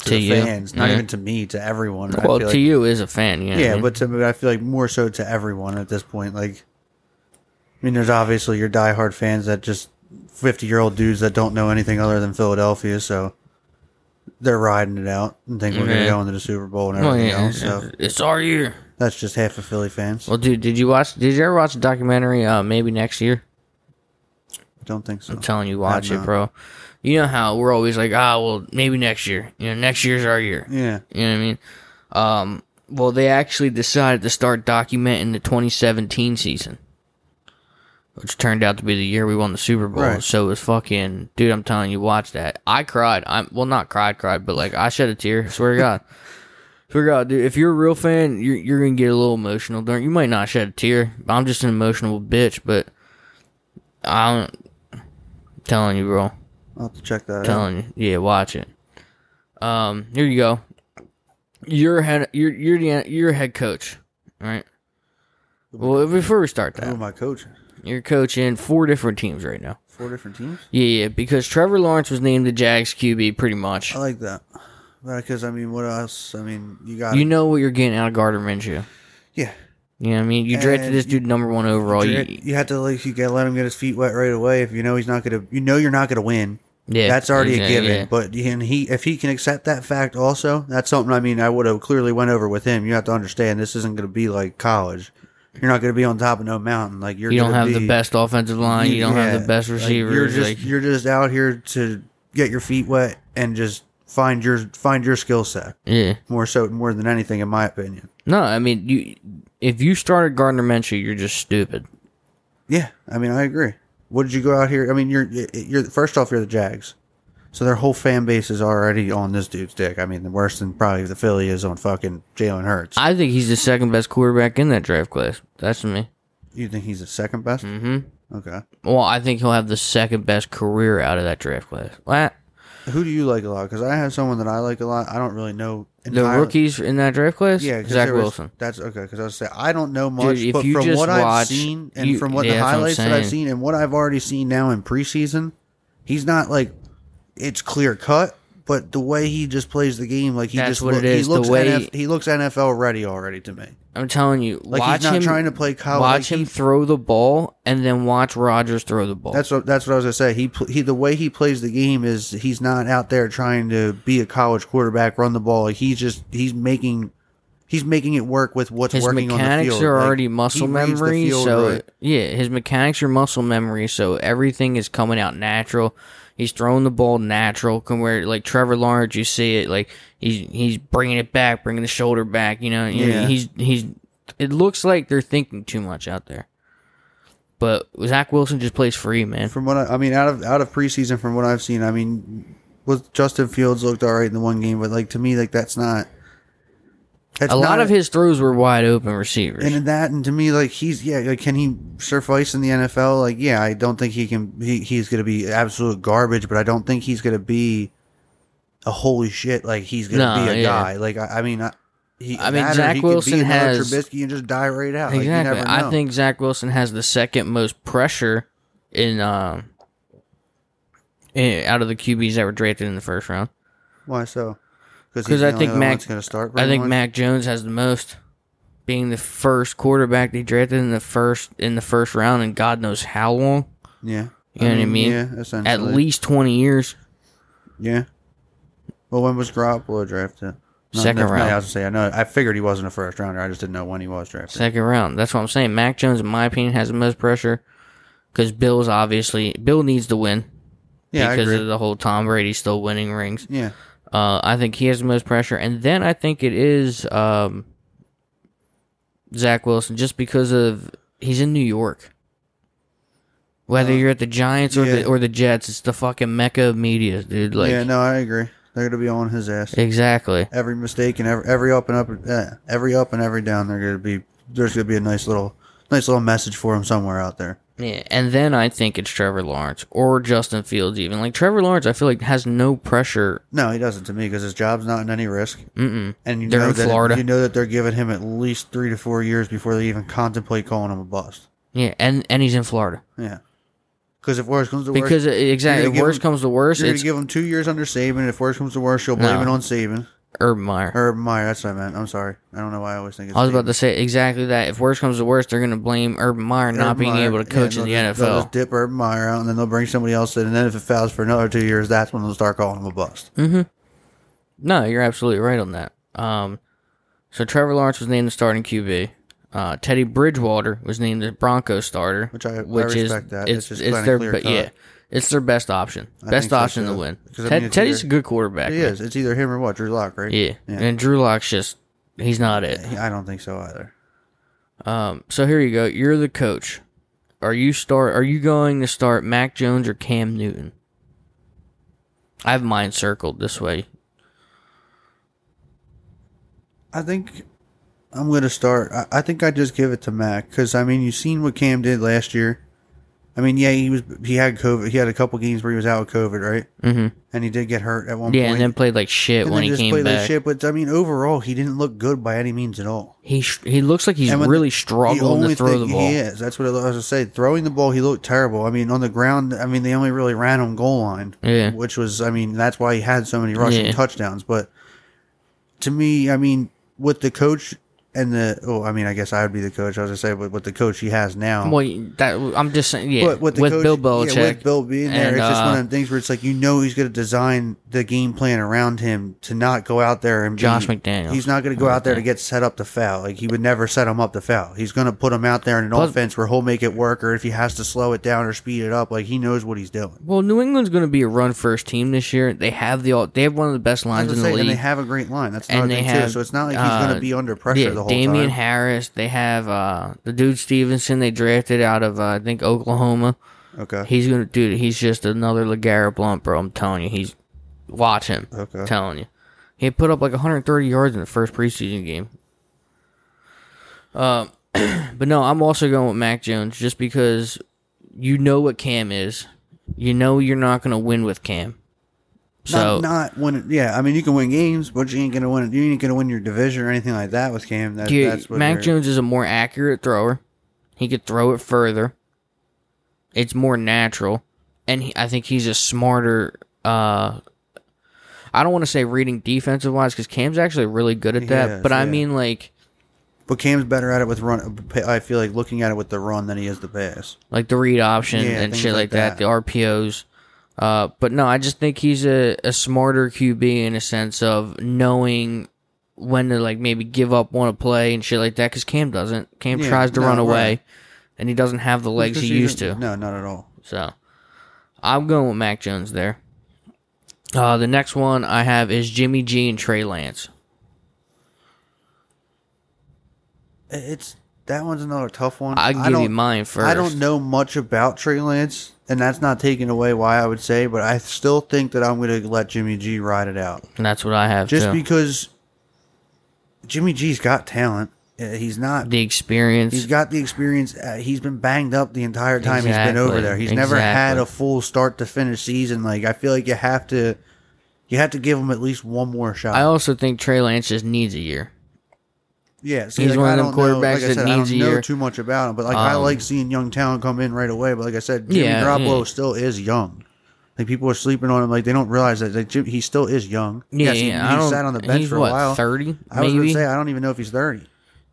Speaker 1: to,
Speaker 2: To
Speaker 1: the
Speaker 2: you.
Speaker 1: fans, not
Speaker 2: Yeah.
Speaker 1: even to me, to everyone. I feel
Speaker 2: Well, to
Speaker 1: like-
Speaker 2: you as a fan, you know what I
Speaker 1: Yeah,
Speaker 2: mean?
Speaker 1: but to me, I feel like more so to everyone at this point. Like, I mean, there's obviously your diehard fans that just 50 year old dudes that don't know anything other than Philadelphia, so they're riding it out and think we're going
Speaker 2: Yeah.
Speaker 1: to go into the Super Bowl and
Speaker 2: Well,
Speaker 1: everything
Speaker 2: Oh, yeah,
Speaker 1: else. So
Speaker 2: it's our year.
Speaker 1: that's just half of Philly fans.
Speaker 2: Well, dude, did you watch? Did you ever watch the documentary? Uh, maybe next year.
Speaker 1: I don't think so.
Speaker 2: I'm telling you, watch
Speaker 1: I've
Speaker 2: it, bro. You know how we're always like, ah, well, maybe next year. You know, next year's our year.
Speaker 1: Yeah.
Speaker 2: You know what I mean? Um, well, they actually decided to start documenting the 2017 season, which turned out to be the year we won the Super Bowl.
Speaker 1: Right.
Speaker 2: So it was fucking, dude. I'm telling you, watch that. I cried. I'm well, not cried, cried, but like I shed a tear. Swear to God. Swear to God, dude. If you're a real fan, you're you're gonna get a little emotional. During you might not shed a tear. I'm just an emotional bitch, but I don't. I'm telling you, bro
Speaker 1: I'll have to check that out.
Speaker 2: telling you. Yeah, watch it. Um, here you go. You're head. You're you're the you're head coach, right? Well, before we start
Speaker 1: Who
Speaker 2: that,
Speaker 1: am I coaching?
Speaker 2: you're coaching four different teams right now.
Speaker 1: Four different teams.
Speaker 2: Yeah, yeah, because Trevor Lawrence was named the Jags QB pretty much.
Speaker 1: I like that. Because I mean, what else? I mean, you got
Speaker 2: You know what you're getting out of Gardner Minshew.
Speaker 1: yeah.
Speaker 2: You know what I mean? You drafted
Speaker 1: And
Speaker 2: this dude number one overall.
Speaker 1: You,
Speaker 2: You-
Speaker 1: you have to like you gotta let him get his feet wet right away. If you know he's not gonna, you know you're not gonna win.
Speaker 2: yeah,
Speaker 1: that's already
Speaker 2: exa-
Speaker 1: a given.
Speaker 2: yeah.
Speaker 1: But and he, if he can accept that fact, also, that's something. I mean, I would have clearly went over with him. You have to understand this isn't going to be like college. You're not going to be on top of no mountain. Like you're,
Speaker 2: You don't
Speaker 1: gonna
Speaker 2: have
Speaker 1: be,
Speaker 2: the best offensive line. You don't have
Speaker 1: yeah,
Speaker 2: the best
Speaker 1: like, you're
Speaker 2: receivers.
Speaker 1: just
Speaker 2: Like,
Speaker 1: you're just out here to get your feet wet and just find your find your skill set
Speaker 2: yeah.
Speaker 1: more so more than anything, in my opinion.
Speaker 2: No, I mean you. If you started Gardner Minshew, you're just stupid.
Speaker 1: Yeah, I mean, I agree. What did you go out here? I mean, you're you're first off, you're the Jags, so their whole fan base is already on this dude's dick. I mean, the worse than probably the Philly is on fucking Jalen Hurts.
Speaker 2: I think he's the second best quarterback in that draft class. That's me.
Speaker 1: you think he's the second best?
Speaker 2: Mm.
Speaker 1: Mm-hmm. Okay.
Speaker 2: Well, I think he'll have the second best career out of that draft class. What?
Speaker 1: Who do you like a lot? Because I have someone that I like a lot. I don't really know
Speaker 2: The
Speaker 1: entirely-
Speaker 2: rookies in that draft class?
Speaker 1: Yeah, 'cause
Speaker 2: Zach
Speaker 1: there was-
Speaker 2: Wilson.
Speaker 1: That's okay. Because I was saying I don't know much,
Speaker 2: Dude, if
Speaker 1: but
Speaker 2: you
Speaker 1: from
Speaker 2: just
Speaker 1: what I've
Speaker 2: watch-
Speaker 1: seen and
Speaker 2: you-
Speaker 1: from what
Speaker 2: yeah,
Speaker 1: the
Speaker 2: that's what I'm
Speaker 1: highlights that I've
Speaker 2: saying.
Speaker 1: seen and what I've already seen now in preseason, he's not like it's clear cut. But the way he just plays the game, like he
Speaker 2: That's
Speaker 1: just
Speaker 2: what it is,
Speaker 1: he
Speaker 2: the
Speaker 1: looks
Speaker 2: way-
Speaker 1: NF, he looks NFL ready already to me.
Speaker 2: I'm telling you,
Speaker 1: Like
Speaker 2: watch
Speaker 1: he's not
Speaker 2: him
Speaker 1: trying to play college. like,
Speaker 2: watch him
Speaker 1: he-
Speaker 2: throw the ball and then watch Rodgers throw the ball.
Speaker 1: that's what that's what I was gonna say. He pl- he the way he plays the game is he's not out there trying to be a college quarterback, run the ball. He's just he's making he's making it work with what's
Speaker 2: his
Speaker 1: working on the
Speaker 2: mechanics
Speaker 1: field.
Speaker 2: are
Speaker 1: Like,
Speaker 2: already
Speaker 1: he
Speaker 2: muscle
Speaker 1: reads the
Speaker 2: memory,
Speaker 1: field
Speaker 2: so
Speaker 1: right.
Speaker 2: yeah, his mechanics are muscle memory, so everything is coming out natural. He's throwing the ball natural. Can where like Trevor Lawrence, you see it like he's he's bringing it back, bringing the shoulder back. You know, you know,
Speaker 1: Yeah.
Speaker 2: he's he's. It looks like they're thinking too much out there, but Zach Wilson just plays free, man.
Speaker 1: from what I, I mean out of out of preseason from what I've seen, I mean with Justin Fields looked all right in the one game, but like to me like that's not that's
Speaker 2: A lot
Speaker 1: not-
Speaker 2: of his throws were wide open receivers.
Speaker 1: and in that and to me like he's yeah like can he suffice in the NFL like yeah I don't think he can he, he's gonna be absolute garbage but I don't think he's gonna be a holy shit like he's gonna
Speaker 2: No,
Speaker 1: be a
Speaker 2: yeah.
Speaker 1: guy like I, I mean I, he,
Speaker 2: I mean,
Speaker 1: that or
Speaker 2: Zach
Speaker 1: he could
Speaker 2: Wilson
Speaker 1: be another
Speaker 2: has-
Speaker 1: Trubisky and just die right out like, you
Speaker 2: Exactly.
Speaker 1: never know.
Speaker 2: I think Zach Wilson has the second most pressure in um in, out of the QBs that were drafted in the first round.
Speaker 1: why so
Speaker 2: 'Cause I think Mac-
Speaker 1: Mac's gonna start
Speaker 2: I
Speaker 1: pretty
Speaker 2: think
Speaker 1: much.
Speaker 2: Mac Jones has the most, being the first quarterback they drafted in the first in the first round, and God knows how long.
Speaker 1: yeah
Speaker 2: You know what I mean?
Speaker 1: Mm, yeah essentially
Speaker 2: At least twenty years.
Speaker 1: yeah well when was Garoppolo drafted No,
Speaker 2: Second
Speaker 1: no, no,
Speaker 2: round.
Speaker 1: I was gonna say I know I figured he wasn't a first rounder I just didn't know when he was drafted
Speaker 2: Second round. That's what I'm saying. Mac Jones, in my opinion, has the most pressure because Bill's obviously Bill needs to win
Speaker 1: yeah I
Speaker 2: because
Speaker 1: agree
Speaker 2: of the whole Tom Brady still winning rings.
Speaker 1: yeah.
Speaker 2: Uh, I think he has the most pressure, and then I think it is um, Zach Wilson, just because of he's in New York. Whether you're at the Giants or the
Speaker 1: Uh, yeah.
Speaker 2: or the Jets, it's the fucking mecca of media, dude. Like
Speaker 1: yeah, no, I agree. They're gonna be on his ass.
Speaker 2: exactly.
Speaker 1: Every mistake and every, every up and up, uh, every up and every down. They're gonna be there's gonna be a nice little nice little message for him somewhere out there.
Speaker 2: Yeah, and then I think it's Trevor Lawrence or Justin Fields, even like Trevor Lawrence. I feel like has no pressure.
Speaker 1: No, he doesn't to me because his job's not in any risk.
Speaker 2: Mm-mm.
Speaker 1: And you
Speaker 2: They're
Speaker 1: know
Speaker 2: in
Speaker 1: that
Speaker 2: Florida.
Speaker 1: you know that they're giving him at least three to four years before they even contemplate calling him a bust.
Speaker 2: Yeah, and and he's in Florida
Speaker 1: Yeah, because if worse comes to worse,
Speaker 2: because e, exactly.
Speaker 1: gonna
Speaker 2: If
Speaker 1: give
Speaker 2: worse
Speaker 1: him-
Speaker 2: comes to worse,
Speaker 1: you're gonna
Speaker 2: it's
Speaker 1: give him two years under Saban. If worse comes to worse, you'll blame
Speaker 2: No.
Speaker 1: it on Saban
Speaker 2: Urban Meyer.
Speaker 1: or Meyer. That's what I meant. I'm sorry. I don't know why I always think. It's
Speaker 2: I was
Speaker 1: Saban.
Speaker 2: about to say exactly that. If worse comes to worse, they're going to blame Urban Meyer not
Speaker 1: Urban
Speaker 2: being
Speaker 1: Meyer,
Speaker 2: able to coach
Speaker 1: yeah,
Speaker 2: in the
Speaker 1: they'll just- They'll
Speaker 2: NFL.
Speaker 1: just dip Urban Meyer out, and then they'll bring somebody else in, and then if it fails for another two years, that's when they'll start calling him a bust.
Speaker 2: No, you're absolutely right on that. Um, so Trevor Lawrence was named the starting QB. Uh, Teddy Bridgewater was named the Broncos starter,
Speaker 1: Which I- I respect that. It's just kinda
Speaker 2: their
Speaker 1: clear
Speaker 2: be-
Speaker 1: cut.
Speaker 2: yeah, it's their best option, best
Speaker 1: think so,
Speaker 2: option to
Speaker 1: too.
Speaker 2: win.
Speaker 1: Because, I
Speaker 2: Ted-
Speaker 1: mean, it's
Speaker 2: Teddy's
Speaker 1: either-
Speaker 2: a good quarterback.
Speaker 1: He
Speaker 2: man.
Speaker 1: is. It's either him or what? Drew Lock, right?
Speaker 2: Yeah. and Drew Lock's just he's not it.
Speaker 1: I don't think so either.
Speaker 2: Um, so here you go. You're the coach. Are you start? Are you going to start Mac Jones or Cam Newton? I have mine circled this way.
Speaker 1: I think I'm going to start. I, I think I just give it to Mac because I mean, you've seen what Cam did last year. I mean, yeah, he was he had COVID. He had a couple games where he was out with COVID, right?
Speaker 2: Mm-hmm.
Speaker 1: And he did get hurt at one
Speaker 2: Yeah,
Speaker 1: point.
Speaker 2: and then played like shit
Speaker 1: And
Speaker 2: when
Speaker 1: then
Speaker 2: he
Speaker 1: just
Speaker 2: came
Speaker 1: played like
Speaker 2: back.
Speaker 1: shit. But I mean, overall, he didn't look good by any means at all.
Speaker 2: He sh- he looks like he's
Speaker 1: And when
Speaker 2: really
Speaker 1: The
Speaker 2: struggling to throw the ball.
Speaker 1: he is, that's what I was going to say. Throwing the ball, he looked terrible. I mean, on the ground, I mean, they only really ran on goal line,
Speaker 2: Yeah.
Speaker 1: which was, I mean, that's why he had so many rushing
Speaker 2: Yeah.
Speaker 1: touchdowns. But to me, I mean, with the coach and the, oh, I mean, I guess I would be the coach. I was going to say, but with the coach he has now.
Speaker 2: Well, that I'm just saying. Yeah,
Speaker 1: but with,
Speaker 2: with,
Speaker 1: the coach,
Speaker 2: Bill
Speaker 1: yeah,
Speaker 2: Belichick,
Speaker 1: with Bill being there,
Speaker 2: and,
Speaker 1: it's just
Speaker 2: uh,
Speaker 1: one of them things where it's like you know he's going to design the game plan around him to not go out there and
Speaker 2: Josh
Speaker 1: be,
Speaker 2: McDaniels.
Speaker 1: He's not going to go out there to get set up to foul. Like he would never set him up to foul. He's going to put him out there in an
Speaker 2: Plus-
Speaker 1: offense where he'll make it work, or if he has to slow it down or speed it up, like he knows what he's doing.
Speaker 2: well, New England's going to be a run first team this year. They have the all. They have one of the best lines
Speaker 1: That's what
Speaker 2: in
Speaker 1: I'm
Speaker 2: the
Speaker 1: saying,
Speaker 2: league.
Speaker 1: and they have a great line. That's
Speaker 2: And
Speaker 1: another
Speaker 2: they
Speaker 1: thing
Speaker 2: have,
Speaker 1: too. So it's not like he's going
Speaker 2: uh,
Speaker 1: to be under pressure the whole
Speaker 2: Damian
Speaker 1: time.
Speaker 2: Harris. They have uh, the dude Stevenson. They drafted out of uh, I think Oklahoma.
Speaker 1: Okay,
Speaker 2: He's gonna dude. He's just another Legarrette Blunt, bro. I'm telling you, he's watch him.
Speaker 1: Okay.
Speaker 2: telling you, he put up like 130 yards in the first preseason game. Um, but no, I'm also going with Mac Jones just because you know what Cam is. You know you're not gonna win with Cam. So
Speaker 1: not, not when. Yeah, I mean you can win games, but you ain't going to win. You ain't going to win your division or anything like that with Cam. That,
Speaker 2: Dude,
Speaker 1: that's what
Speaker 2: Mac
Speaker 1: you're-
Speaker 2: Jones is a more accurate thrower. He could throw it further. It's more natural, and he, I think he's a smarter. Uh, I don't want to say reading defensive wise because Cam's actually really good at that.
Speaker 1: is,
Speaker 2: but I
Speaker 1: yeah.
Speaker 2: mean, like,
Speaker 1: But Cam's better at it with run. I feel like looking at it with the run than he is the pass.
Speaker 2: like the read option
Speaker 1: Yeah,
Speaker 2: and
Speaker 1: things
Speaker 2: shit like
Speaker 1: like that.
Speaker 2: that, the RPOs. Uh, but no, I just think he's a, a smarter QB in a sense of knowing when to like maybe give up on a play and shit like that because Cam doesn't. Cam
Speaker 1: Yeah,
Speaker 2: tries to
Speaker 1: no,
Speaker 2: run away,
Speaker 1: right.
Speaker 2: and he doesn't have the legs he
Speaker 1: Because you
Speaker 2: used to.
Speaker 1: don't- No, not at all.
Speaker 2: So I'm going with Mac Jones there. Uh, the next one I have is Jimmy G and Trey Lance.
Speaker 1: I- It's that one's another tough one.
Speaker 2: I'll
Speaker 1: I
Speaker 2: give
Speaker 1: don't,
Speaker 2: you mine first.
Speaker 1: I don't know much about Trey Lance, and that's not taking away why I would say, but I still think that I'm going to let Jimmy G ride it out,
Speaker 2: And that's what I have
Speaker 1: just
Speaker 2: too.
Speaker 1: because Jimmy G's got talent. Uh, He's not
Speaker 2: the experience.
Speaker 1: He's got the experience. Uh, he's been banged up the entire time he's been over
Speaker 2: Exactly,
Speaker 1: there. He's never had
Speaker 2: exactly.
Speaker 1: a full start to finish season. Like I feel like you have to, you have to give him at least one more shot.
Speaker 2: I also think Trey Lance just needs a year.
Speaker 1: yeah, so
Speaker 2: he's
Speaker 1: like,
Speaker 2: one of
Speaker 1: I don't
Speaker 2: them
Speaker 1: know-
Speaker 2: quarterbacks
Speaker 1: like I
Speaker 2: that
Speaker 1: said, I
Speaker 2: needs
Speaker 1: don't
Speaker 2: a
Speaker 1: know
Speaker 2: year.
Speaker 1: too much about him, but like I
Speaker 2: Um,
Speaker 1: like seeing young talent come in right away. But like I said, Jimmy
Speaker 2: Yeah, hmm.
Speaker 1: Garoppolo
Speaker 2: yeah.
Speaker 1: still is young. Like people are sleeping on him. Like they don't realize that like, Jim, he still is young.
Speaker 2: Yeah,
Speaker 1: Yes, he,
Speaker 2: yeah,
Speaker 1: he
Speaker 2: I don't,
Speaker 1: sat on the bench
Speaker 2: he's
Speaker 1: for a
Speaker 2: what,
Speaker 1: while.
Speaker 2: Thirty,
Speaker 1: I was
Speaker 2: maybe.
Speaker 1: gonna say I don't even know if he's thirty.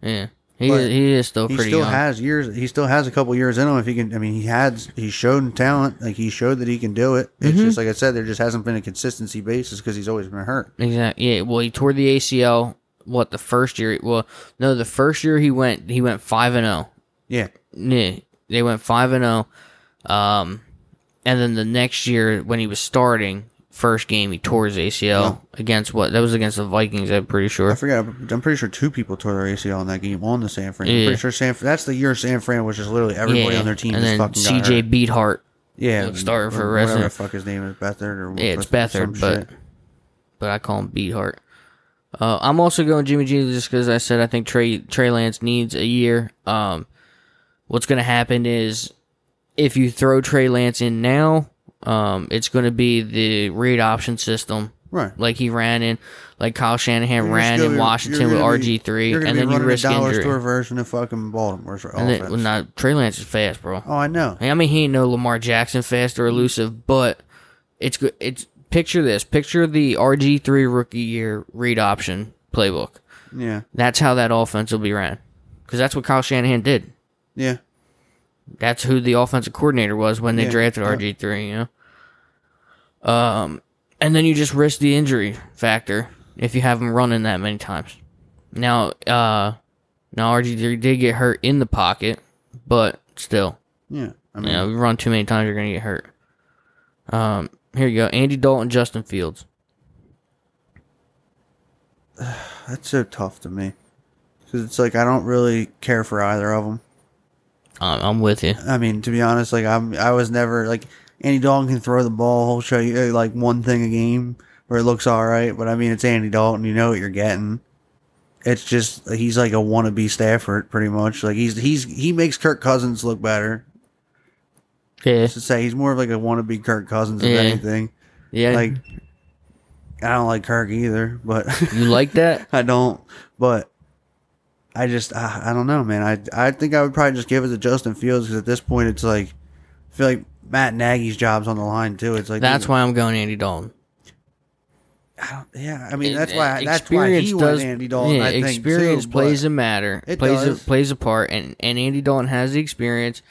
Speaker 2: yeah, he
Speaker 1: but
Speaker 2: is, he is still
Speaker 1: he
Speaker 2: pretty
Speaker 1: still
Speaker 2: young.
Speaker 1: has years. He still has a couple years in him. If he can, I mean, he had he's shown talent. Like he showed that he can do it. It's just
Speaker 2: Mm-hmm.
Speaker 1: like I said, there just hasn't been a consistency basis because he's always been hurt.
Speaker 2: exactly. Yeah. Well, he tore the ACL. What the first year? Well, no, the first year he went he went five and zero.
Speaker 1: Yeah,
Speaker 2: Yeah, they went five and zero. Um, and then the next year when he was starting, first game he tore his ACL against what? That was against the Vikings, I'm pretty
Speaker 1: I
Speaker 2: sure.
Speaker 1: forgot. I'm pretty sure two people tore their ACL in that game on the San Fran.
Speaker 2: Yeah.
Speaker 1: I'm pretty sure San. Fran. That's the year San Fran was just literally everybody
Speaker 2: yeah,
Speaker 1: on their team
Speaker 2: and
Speaker 1: just
Speaker 2: then
Speaker 1: fucking got
Speaker 2: CJ
Speaker 1: hurt.
Speaker 2: Beathart.
Speaker 1: Yeah,
Speaker 2: was starting for
Speaker 1: or
Speaker 2: Resident-
Speaker 1: whatever the fuck his name is Bethard or
Speaker 2: Yeah, it's
Speaker 1: some
Speaker 2: Bethard, but but I call him Beathart. Uh, I'm also going Jimmy G just because I said I think Trey Trey Lance needs a year. Um, what's going to happen is if you throw Trey Lance in now, um, it's going to be the read option system.
Speaker 1: right.
Speaker 2: like he ran in, like Kyle
Speaker 1: You're
Speaker 2: Shanahan
Speaker 1: just
Speaker 2: ran
Speaker 1: gonna
Speaker 2: in
Speaker 1: be-
Speaker 2: Washington
Speaker 1: you're
Speaker 2: with
Speaker 1: gonna be-
Speaker 2: RG three,
Speaker 1: you're gonna
Speaker 2: and
Speaker 1: be
Speaker 2: then you
Speaker 1: running a
Speaker 2: risk
Speaker 1: dollar
Speaker 2: injury.
Speaker 1: store version of fucking Baltimore's
Speaker 2: and
Speaker 1: offense.
Speaker 2: then, well, not Trey Lance is fast, bro.
Speaker 1: oh, I know.
Speaker 2: I mean, he ain't no Lamar Jackson fast or elusive, but it's good. It's picture this: picture the RG three rookie year read option playbook.
Speaker 1: Yeah,
Speaker 2: That's how that offense will be ran, because that's what Kyle Shanahan did.
Speaker 1: yeah.
Speaker 2: That's who the offensive coordinator was when they
Speaker 1: Yeah.
Speaker 2: drafted RG three. You know, um, and then you just risk the injury factor if you have him running that many times. Now, uh, now RG three did get hurt in the pocket, but still,
Speaker 1: Yeah. I mean,
Speaker 2: you know, you run too many times, you're gonna get hurt. Um, here you go, Andy Dalton, Justin Fields.
Speaker 1: that's so tough to me. Because it's like, I don't really care for either of them.
Speaker 2: Um, I'm with you.
Speaker 1: I mean, to be honest, like, I'm, I was never, like, Andy Dalton can throw the ball. He'll show you, uh, like, one thing a game where it looks all right. But I mean, it's Andy Dalton. You know what you're getting. It's just, he's like a wannabe Stafford, pretty much. Like, he's, he's, he makes Kirk Cousins look better.
Speaker 2: Yeah.
Speaker 1: to say he's more of like a wannabe Kirk Cousins if
Speaker 2: Yeah.
Speaker 1: anything.
Speaker 2: Yeah.
Speaker 1: Like I don't like Kirk either, but
Speaker 2: you like that?
Speaker 1: I don't. But I just I, I don't know, man. I I think I would probably just give it to Justin Fields because at this point it's like I feel like Matt Nagy's job's on the line too. It's like
Speaker 2: That's why I'm going Andy Dalton.
Speaker 1: yeah. I mean
Speaker 2: It-
Speaker 1: that's why
Speaker 2: it-
Speaker 1: that's why he went
Speaker 2: E, does-
Speaker 1: Andy Dalton.
Speaker 2: yeah,
Speaker 1: I think
Speaker 2: experience
Speaker 1: too, but
Speaker 2: plays a matter.
Speaker 1: it
Speaker 2: plays
Speaker 1: does.
Speaker 2: a plays a part, and and Andy Dalton has the experience,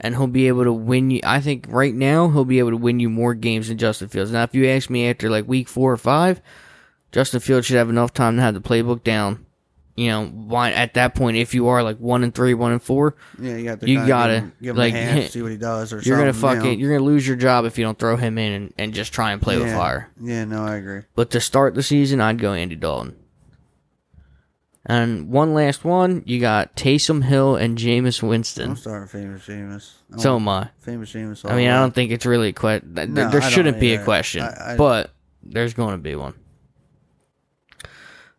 Speaker 2: and he'll be able to win you. I think right now he'll be able to win you more games than Justin Fields. Now, if you ask me after like week four or five, Justin Fields should have enough time to have the playbook down. You know, why at that point, if you are like one and three, one and four,
Speaker 1: yeah, you got to
Speaker 2: you
Speaker 1: kinda
Speaker 2: gotta,
Speaker 1: give him, give him
Speaker 2: like,
Speaker 1: a hand, see what he does or
Speaker 2: you're gonna
Speaker 1: something,
Speaker 2: fuck
Speaker 1: you
Speaker 2: it. You're gonna lose your job if you don't throw him in and, and just try and play
Speaker 1: know?
Speaker 2: with
Speaker 1: yeah.
Speaker 2: fire.
Speaker 1: Yeah, no, I agree.
Speaker 2: But to start the season, I'd go Andy Dalton. And one last one, you got Taysom Hill and Jameis
Speaker 1: I'm
Speaker 2: Winston.
Speaker 1: starting famous Seamus. I
Speaker 2: So
Speaker 1: want
Speaker 2: am I.
Speaker 1: famous Seamus. all
Speaker 2: I mean,
Speaker 1: the
Speaker 2: I
Speaker 1: way.
Speaker 2: don't think it's really a question.
Speaker 1: No,
Speaker 2: there
Speaker 1: I don't
Speaker 2: shouldn't be a
Speaker 1: either.
Speaker 2: question,
Speaker 1: I- I-
Speaker 2: but there's going to be one.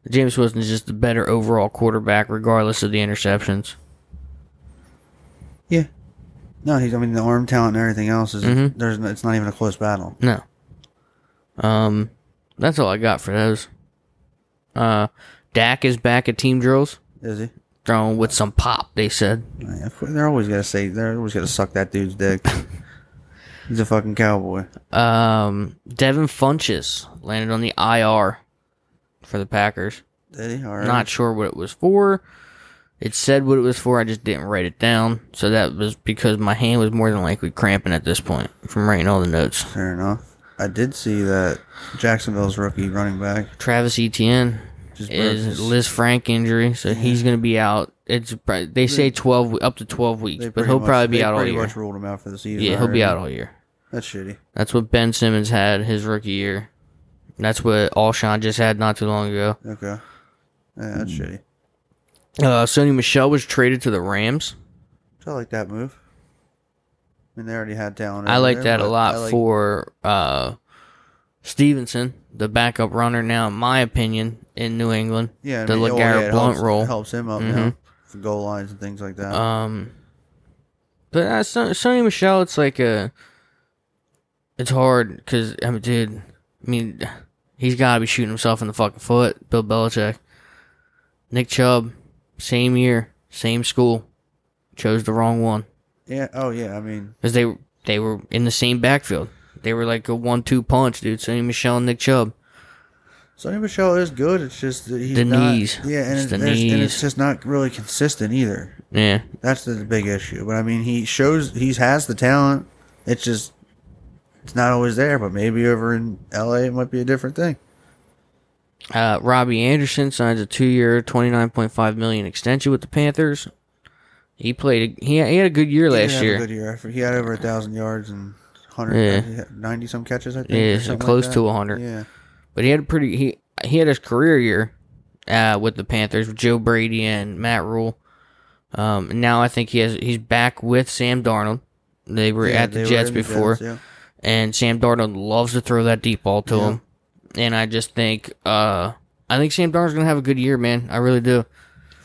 Speaker 2: James Winston is just the better overall quarterback, regardless of the interceptions.
Speaker 1: Yeah. No, he's. I mean, the arm talent and everything else is.
Speaker 2: Mhm.
Speaker 1: There's. It's not even a close battle.
Speaker 2: No. Um, that's all I got for those. Uh, Dak is back at team drills,
Speaker 1: Is he?
Speaker 2: throwing with some pop. They said.
Speaker 1: Like, of course- They're always gonna say. They're always gonna suck that dude's dick. he's a fucking cowboy.
Speaker 2: Um, Devin Funches landed on the IR for the Packers.
Speaker 1: Did he? All right.
Speaker 2: Not sure what it was for. It said what it was for. I just didn't write it down. So that was because my hand was more than likely cramping at this point from writing all the notes.
Speaker 1: Fair enough. I did see that Jacksonville's rookie running back
Speaker 2: Travis Etienne
Speaker 1: just broke
Speaker 2: is
Speaker 1: his-
Speaker 2: Liz Frank injury, so he's going to be out. It's pri- they say twelve we- up to twelve weeks,
Speaker 1: they
Speaker 2: but
Speaker 1: pretty
Speaker 2: he'll
Speaker 1: much-
Speaker 2: probably be
Speaker 1: they
Speaker 2: out all
Speaker 1: pretty
Speaker 2: year.
Speaker 1: much ruled him out for the season.
Speaker 2: Yeah, he'll
Speaker 1: already.
Speaker 2: be out all year.
Speaker 1: That's shitty.
Speaker 2: That's what Ben Simmons had his rookie year. And That's what Alshon just had not too long ago.
Speaker 1: Okay. Yeah, that's
Speaker 2: Hmm.
Speaker 1: shitty.
Speaker 2: Uh, Sony Michelle was traded to the Rams.
Speaker 1: I like that move. I mean, they already had talent.
Speaker 2: I
Speaker 1: over
Speaker 2: like
Speaker 1: there,
Speaker 2: that a
Speaker 1: but
Speaker 2: lot
Speaker 1: Mm-hmm. I like-
Speaker 2: for uh, Stevenson, the backup runner now, in my opinion, in New England.
Speaker 1: yeah, I
Speaker 2: the
Speaker 1: mean, oh,
Speaker 2: LeGarrette
Speaker 1: it
Speaker 2: Blount
Speaker 1: helps,
Speaker 2: role. Mm-hmm.
Speaker 1: it helps him up now for goal lines and things like that.
Speaker 2: Um, but uh, Son- Sonny Michelle, it's like a, it's hard because I mean, dude, I mean, he's got to be shooting himself in the fucking foot. Bill Belichick, Nick Chubb, same year, same school, chose the wrong one.
Speaker 1: Yeah. Oh, yeah. I mean,
Speaker 2: because they they were in the same backfield. They were like a one-two punch, dude. Sonny Michelle and Nick Chubb.
Speaker 1: Sonny Michelle is good. It's just that he's
Speaker 2: The
Speaker 1: not-
Speaker 2: knees.
Speaker 1: Yeah, and
Speaker 2: It's
Speaker 1: it's,
Speaker 2: the
Speaker 1: it's- and
Speaker 2: knees.
Speaker 1: it's just not really consistent either.
Speaker 2: Yeah,
Speaker 1: That's the big issue. But I mean, he shows he has the talent. It's just it's not always there. But maybe over in L.A. it might be a different thing.
Speaker 2: uh, Robbie Anderson signs a two-year, twenty-nine point five million extension with the Panthers. He played. A, he he had a good year
Speaker 1: He did
Speaker 2: last
Speaker 1: have a
Speaker 2: year.
Speaker 1: good year. I for- He had over a thousand yards and
Speaker 2: Yeah.
Speaker 1: 190 some catches. I think.
Speaker 2: Yeah,
Speaker 1: or
Speaker 2: so
Speaker 1: something
Speaker 2: close
Speaker 1: like
Speaker 2: to
Speaker 1: that.
Speaker 2: 100.
Speaker 1: Yeah.
Speaker 2: but he had a pretty he he had his career year uh, with the Panthers with Joe Brady and Matt Rule. Um, and now I think he has he's back with Sam Darnold. They were
Speaker 1: Yeah,
Speaker 2: at the
Speaker 1: they were
Speaker 2: Jets
Speaker 1: in
Speaker 2: before,
Speaker 1: yeah.
Speaker 2: and Sam Darnold loves to throw that deep ball to
Speaker 1: Yeah.
Speaker 2: him. And I just think uh, I think Sam Darnold's gonna have a good year, man. I really do.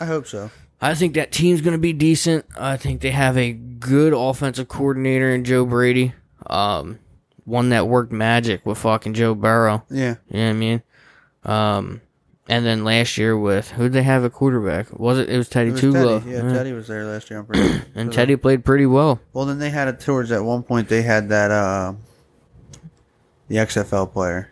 Speaker 1: I hope so.
Speaker 2: I think that team's going to be decent. I think they have a good offensive coordinator in Joe Brady, um, one that worked magic with fucking Joe Burrow.
Speaker 1: Yeah.
Speaker 2: You know what I mean? Um, and then last year with who did they have at quarterback? Was it it was Teddy
Speaker 1: It was Teddy.
Speaker 2: Tugler?
Speaker 1: Yeah, Teddy was there last year. I'm pretty sure.
Speaker 2: And Teddy played pretty well.
Speaker 1: Well, then they had it towards at one point. They had that uh, the XFL player.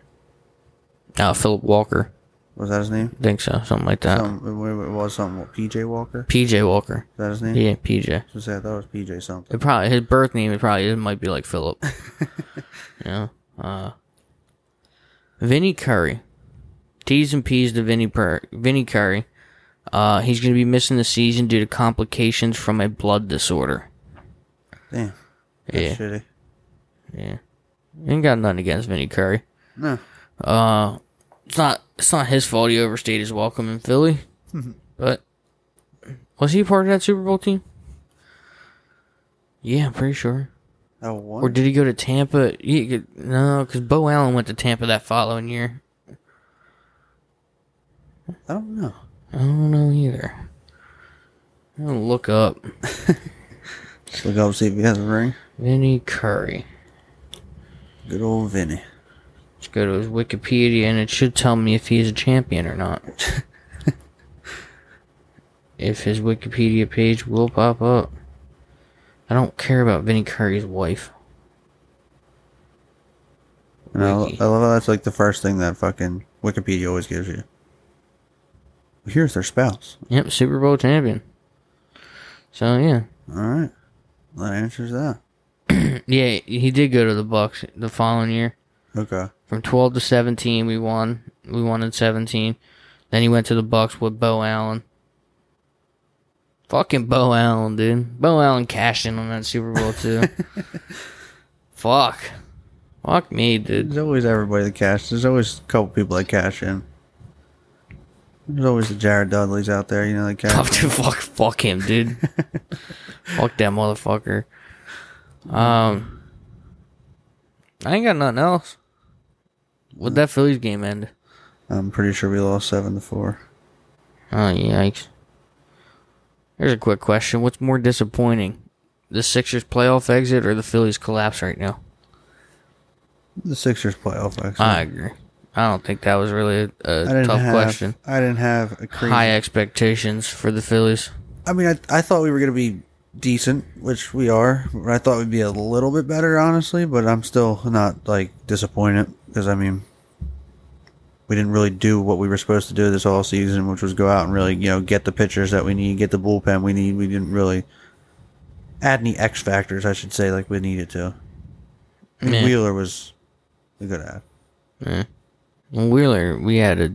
Speaker 2: Uh, Philip Walker,
Speaker 1: Was that his name?
Speaker 2: I think so, something like that.
Speaker 1: Some, it was something. what, PJ Walker.
Speaker 2: PJ Walker,
Speaker 1: Is that his name?
Speaker 2: yeah, PJ.
Speaker 1: I was gonna say, I thought it was PJ something.
Speaker 2: It probably his birth name. It probably it might be like Philip. you know, uh, Vinny Curry, T's and P's to Vinny per- Vinny Curry. Uh, he's going to be missing the season due to complications from a blood disorder.
Speaker 1: Damn. That's
Speaker 2: Yeah,
Speaker 1: shitty.
Speaker 2: yeah. Ain't got nothing against Vinny Curry.
Speaker 1: No.
Speaker 2: Uh, it's not it's not his fault. He overstayed his welcome in Philly, but was he part of that Super Bowl team? Yeah, I'm pretty sure.
Speaker 1: Oh,
Speaker 2: Or
Speaker 1: what?
Speaker 2: did he go to Tampa? He, could- no, because Bo Allen went to Tampa that following year.
Speaker 1: I don't know.
Speaker 2: I don't know either. I'll look up.
Speaker 1: Let's look up see if he has a ring.
Speaker 2: Vinny Curry.
Speaker 1: Good old Vinny.
Speaker 2: Let's go to his Wikipedia and it should tell me if he's a champion or not. if his Wikipedia page will pop up. I don't care about Vinny Curry's wife.
Speaker 1: And I, I love
Speaker 2: Wiki.
Speaker 1: how that's like the first thing that fucking Wikipedia always gives you. Here's their spouse.
Speaker 2: Yep, Super Bowl champion. So yeah.
Speaker 1: All right, that answers that.
Speaker 2: Yeah, he did go to the Bucks the following year.
Speaker 1: Okay.
Speaker 2: From 12 to 17, we won. We won in 17. Then he went to the Bucks with Bo Allen. Fucking Bo Allen, dude. Bo Allen cashed in on that Super Bowl too. Fuck. Fuck me, dude.
Speaker 1: There's always everybody that cash. There's always a couple people that cash in. There's always the Jared Dudleys out there, you know, that
Speaker 2: Fuck,
Speaker 1: cash.
Speaker 2: dude, fuck, fuck him, dude. fuck that motherfucker. Um, I ain't got nothing else. Would that Phillies game end?
Speaker 1: I'm pretty sure we lost seven to four.
Speaker 2: Oh, yikes. Here's a quick question. What's more disappointing? The Sixers playoff exit or the Phillies collapse right now?
Speaker 1: The Sixers playoff. Actually.
Speaker 2: I agree. I don't think that was really a,
Speaker 1: Hmm. I didn't
Speaker 2: tough
Speaker 1: have.
Speaker 2: question.
Speaker 1: I didn't have a crazy.
Speaker 2: High expectations for the Phillies.
Speaker 1: I mean, I, I thought we were gonna be decent, which we are. But I thought we'd be a little bit better, honestly. But I'm still not like disappointed because I mean, we didn't really do what we were supposed to do this all season, which was go out and really you know get the pitchers that we need, get the bullpen we need. We didn't really add any X factors, I should say, like we needed to. I mean,
Speaker 2: Yeah.
Speaker 1: Wheeler was a good add.
Speaker 2: And Wheeler, we had a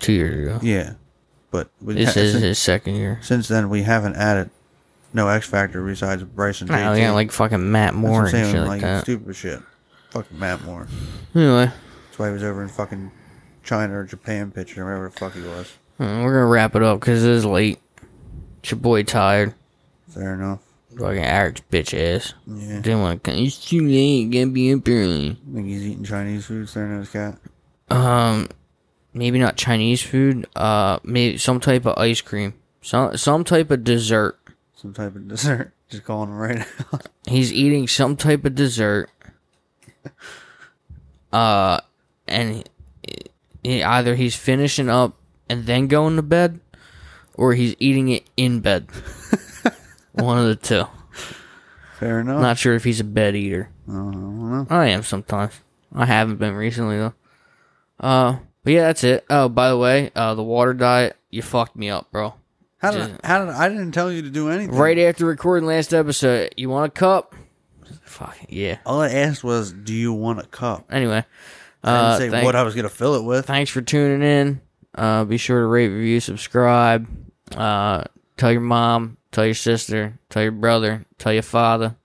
Speaker 2: two years ago.
Speaker 1: Yeah, but we
Speaker 2: This
Speaker 1: ha-
Speaker 2: is
Speaker 1: since,
Speaker 2: his second year.
Speaker 1: since then we haven't added no X factor besides Bryson.
Speaker 2: No, we
Speaker 1: JT.
Speaker 2: got like fucking Matt
Speaker 1: That's
Speaker 2: Moore
Speaker 1: what
Speaker 2: and
Speaker 1: I'm saying,
Speaker 2: shit like, that.
Speaker 1: Stupid shit. Fucking Matt Moore.
Speaker 2: Anyway,
Speaker 1: That's why he was over in fucking China or Japan pitching or wherever the fuck he was.
Speaker 2: uh, we're gonna wrap it up because it is late. It's your boy tired.
Speaker 1: Fair enough.
Speaker 2: Fucking average bitch ass.
Speaker 1: Yeah.
Speaker 2: Didn't want to come. It's too late. Gonna be up early.
Speaker 1: I think he's eating Chinese food staring at his cat.
Speaker 2: Um, maybe not Chinese food. Uh, maybe some type of ice cream. Some some type of dessert.
Speaker 1: Some type of dessert. Just calling him right out.
Speaker 2: He's eating some type of dessert. Uh, and he- he, either he's finishing up and then going to bed, or he's eating it in bed. One of the two.
Speaker 1: Fair enough.
Speaker 2: Not sure if he's a bed eater.
Speaker 1: I don't know.
Speaker 2: I am sometimes. I haven't been recently though. Uh, but yeah, that's it. Oh, by the way, uh, the water diet you fucked me up, bro.
Speaker 1: How did, I- how did I, I didn't tell you to do anything.
Speaker 2: Right after recording last episode, you want a cup? Fuck yeah.
Speaker 1: All I asked was, do you want a cup?
Speaker 2: Anyway,
Speaker 1: I
Speaker 2: uh,
Speaker 1: didn't say
Speaker 2: thank-
Speaker 1: what I was going to fill it with.
Speaker 2: thanks for tuning in. Uh, be sure to rate, review, subscribe. Uh, tell your mom, tell your sister, tell your brother, tell your father.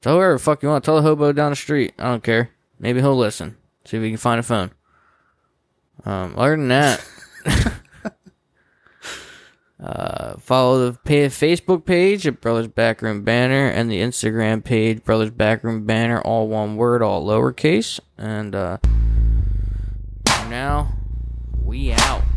Speaker 2: Tell whoever the fuck you want. Tell the hobo down the street. I don't care. Maybe he'll listen. See if he can find a phone. Um, other than that, uh, follow the pa- Facebook page at Brothers Backroom Banner and the Instagram page Brothers Backroom Banner, all one word, all lowercase. And uh, for now, we out.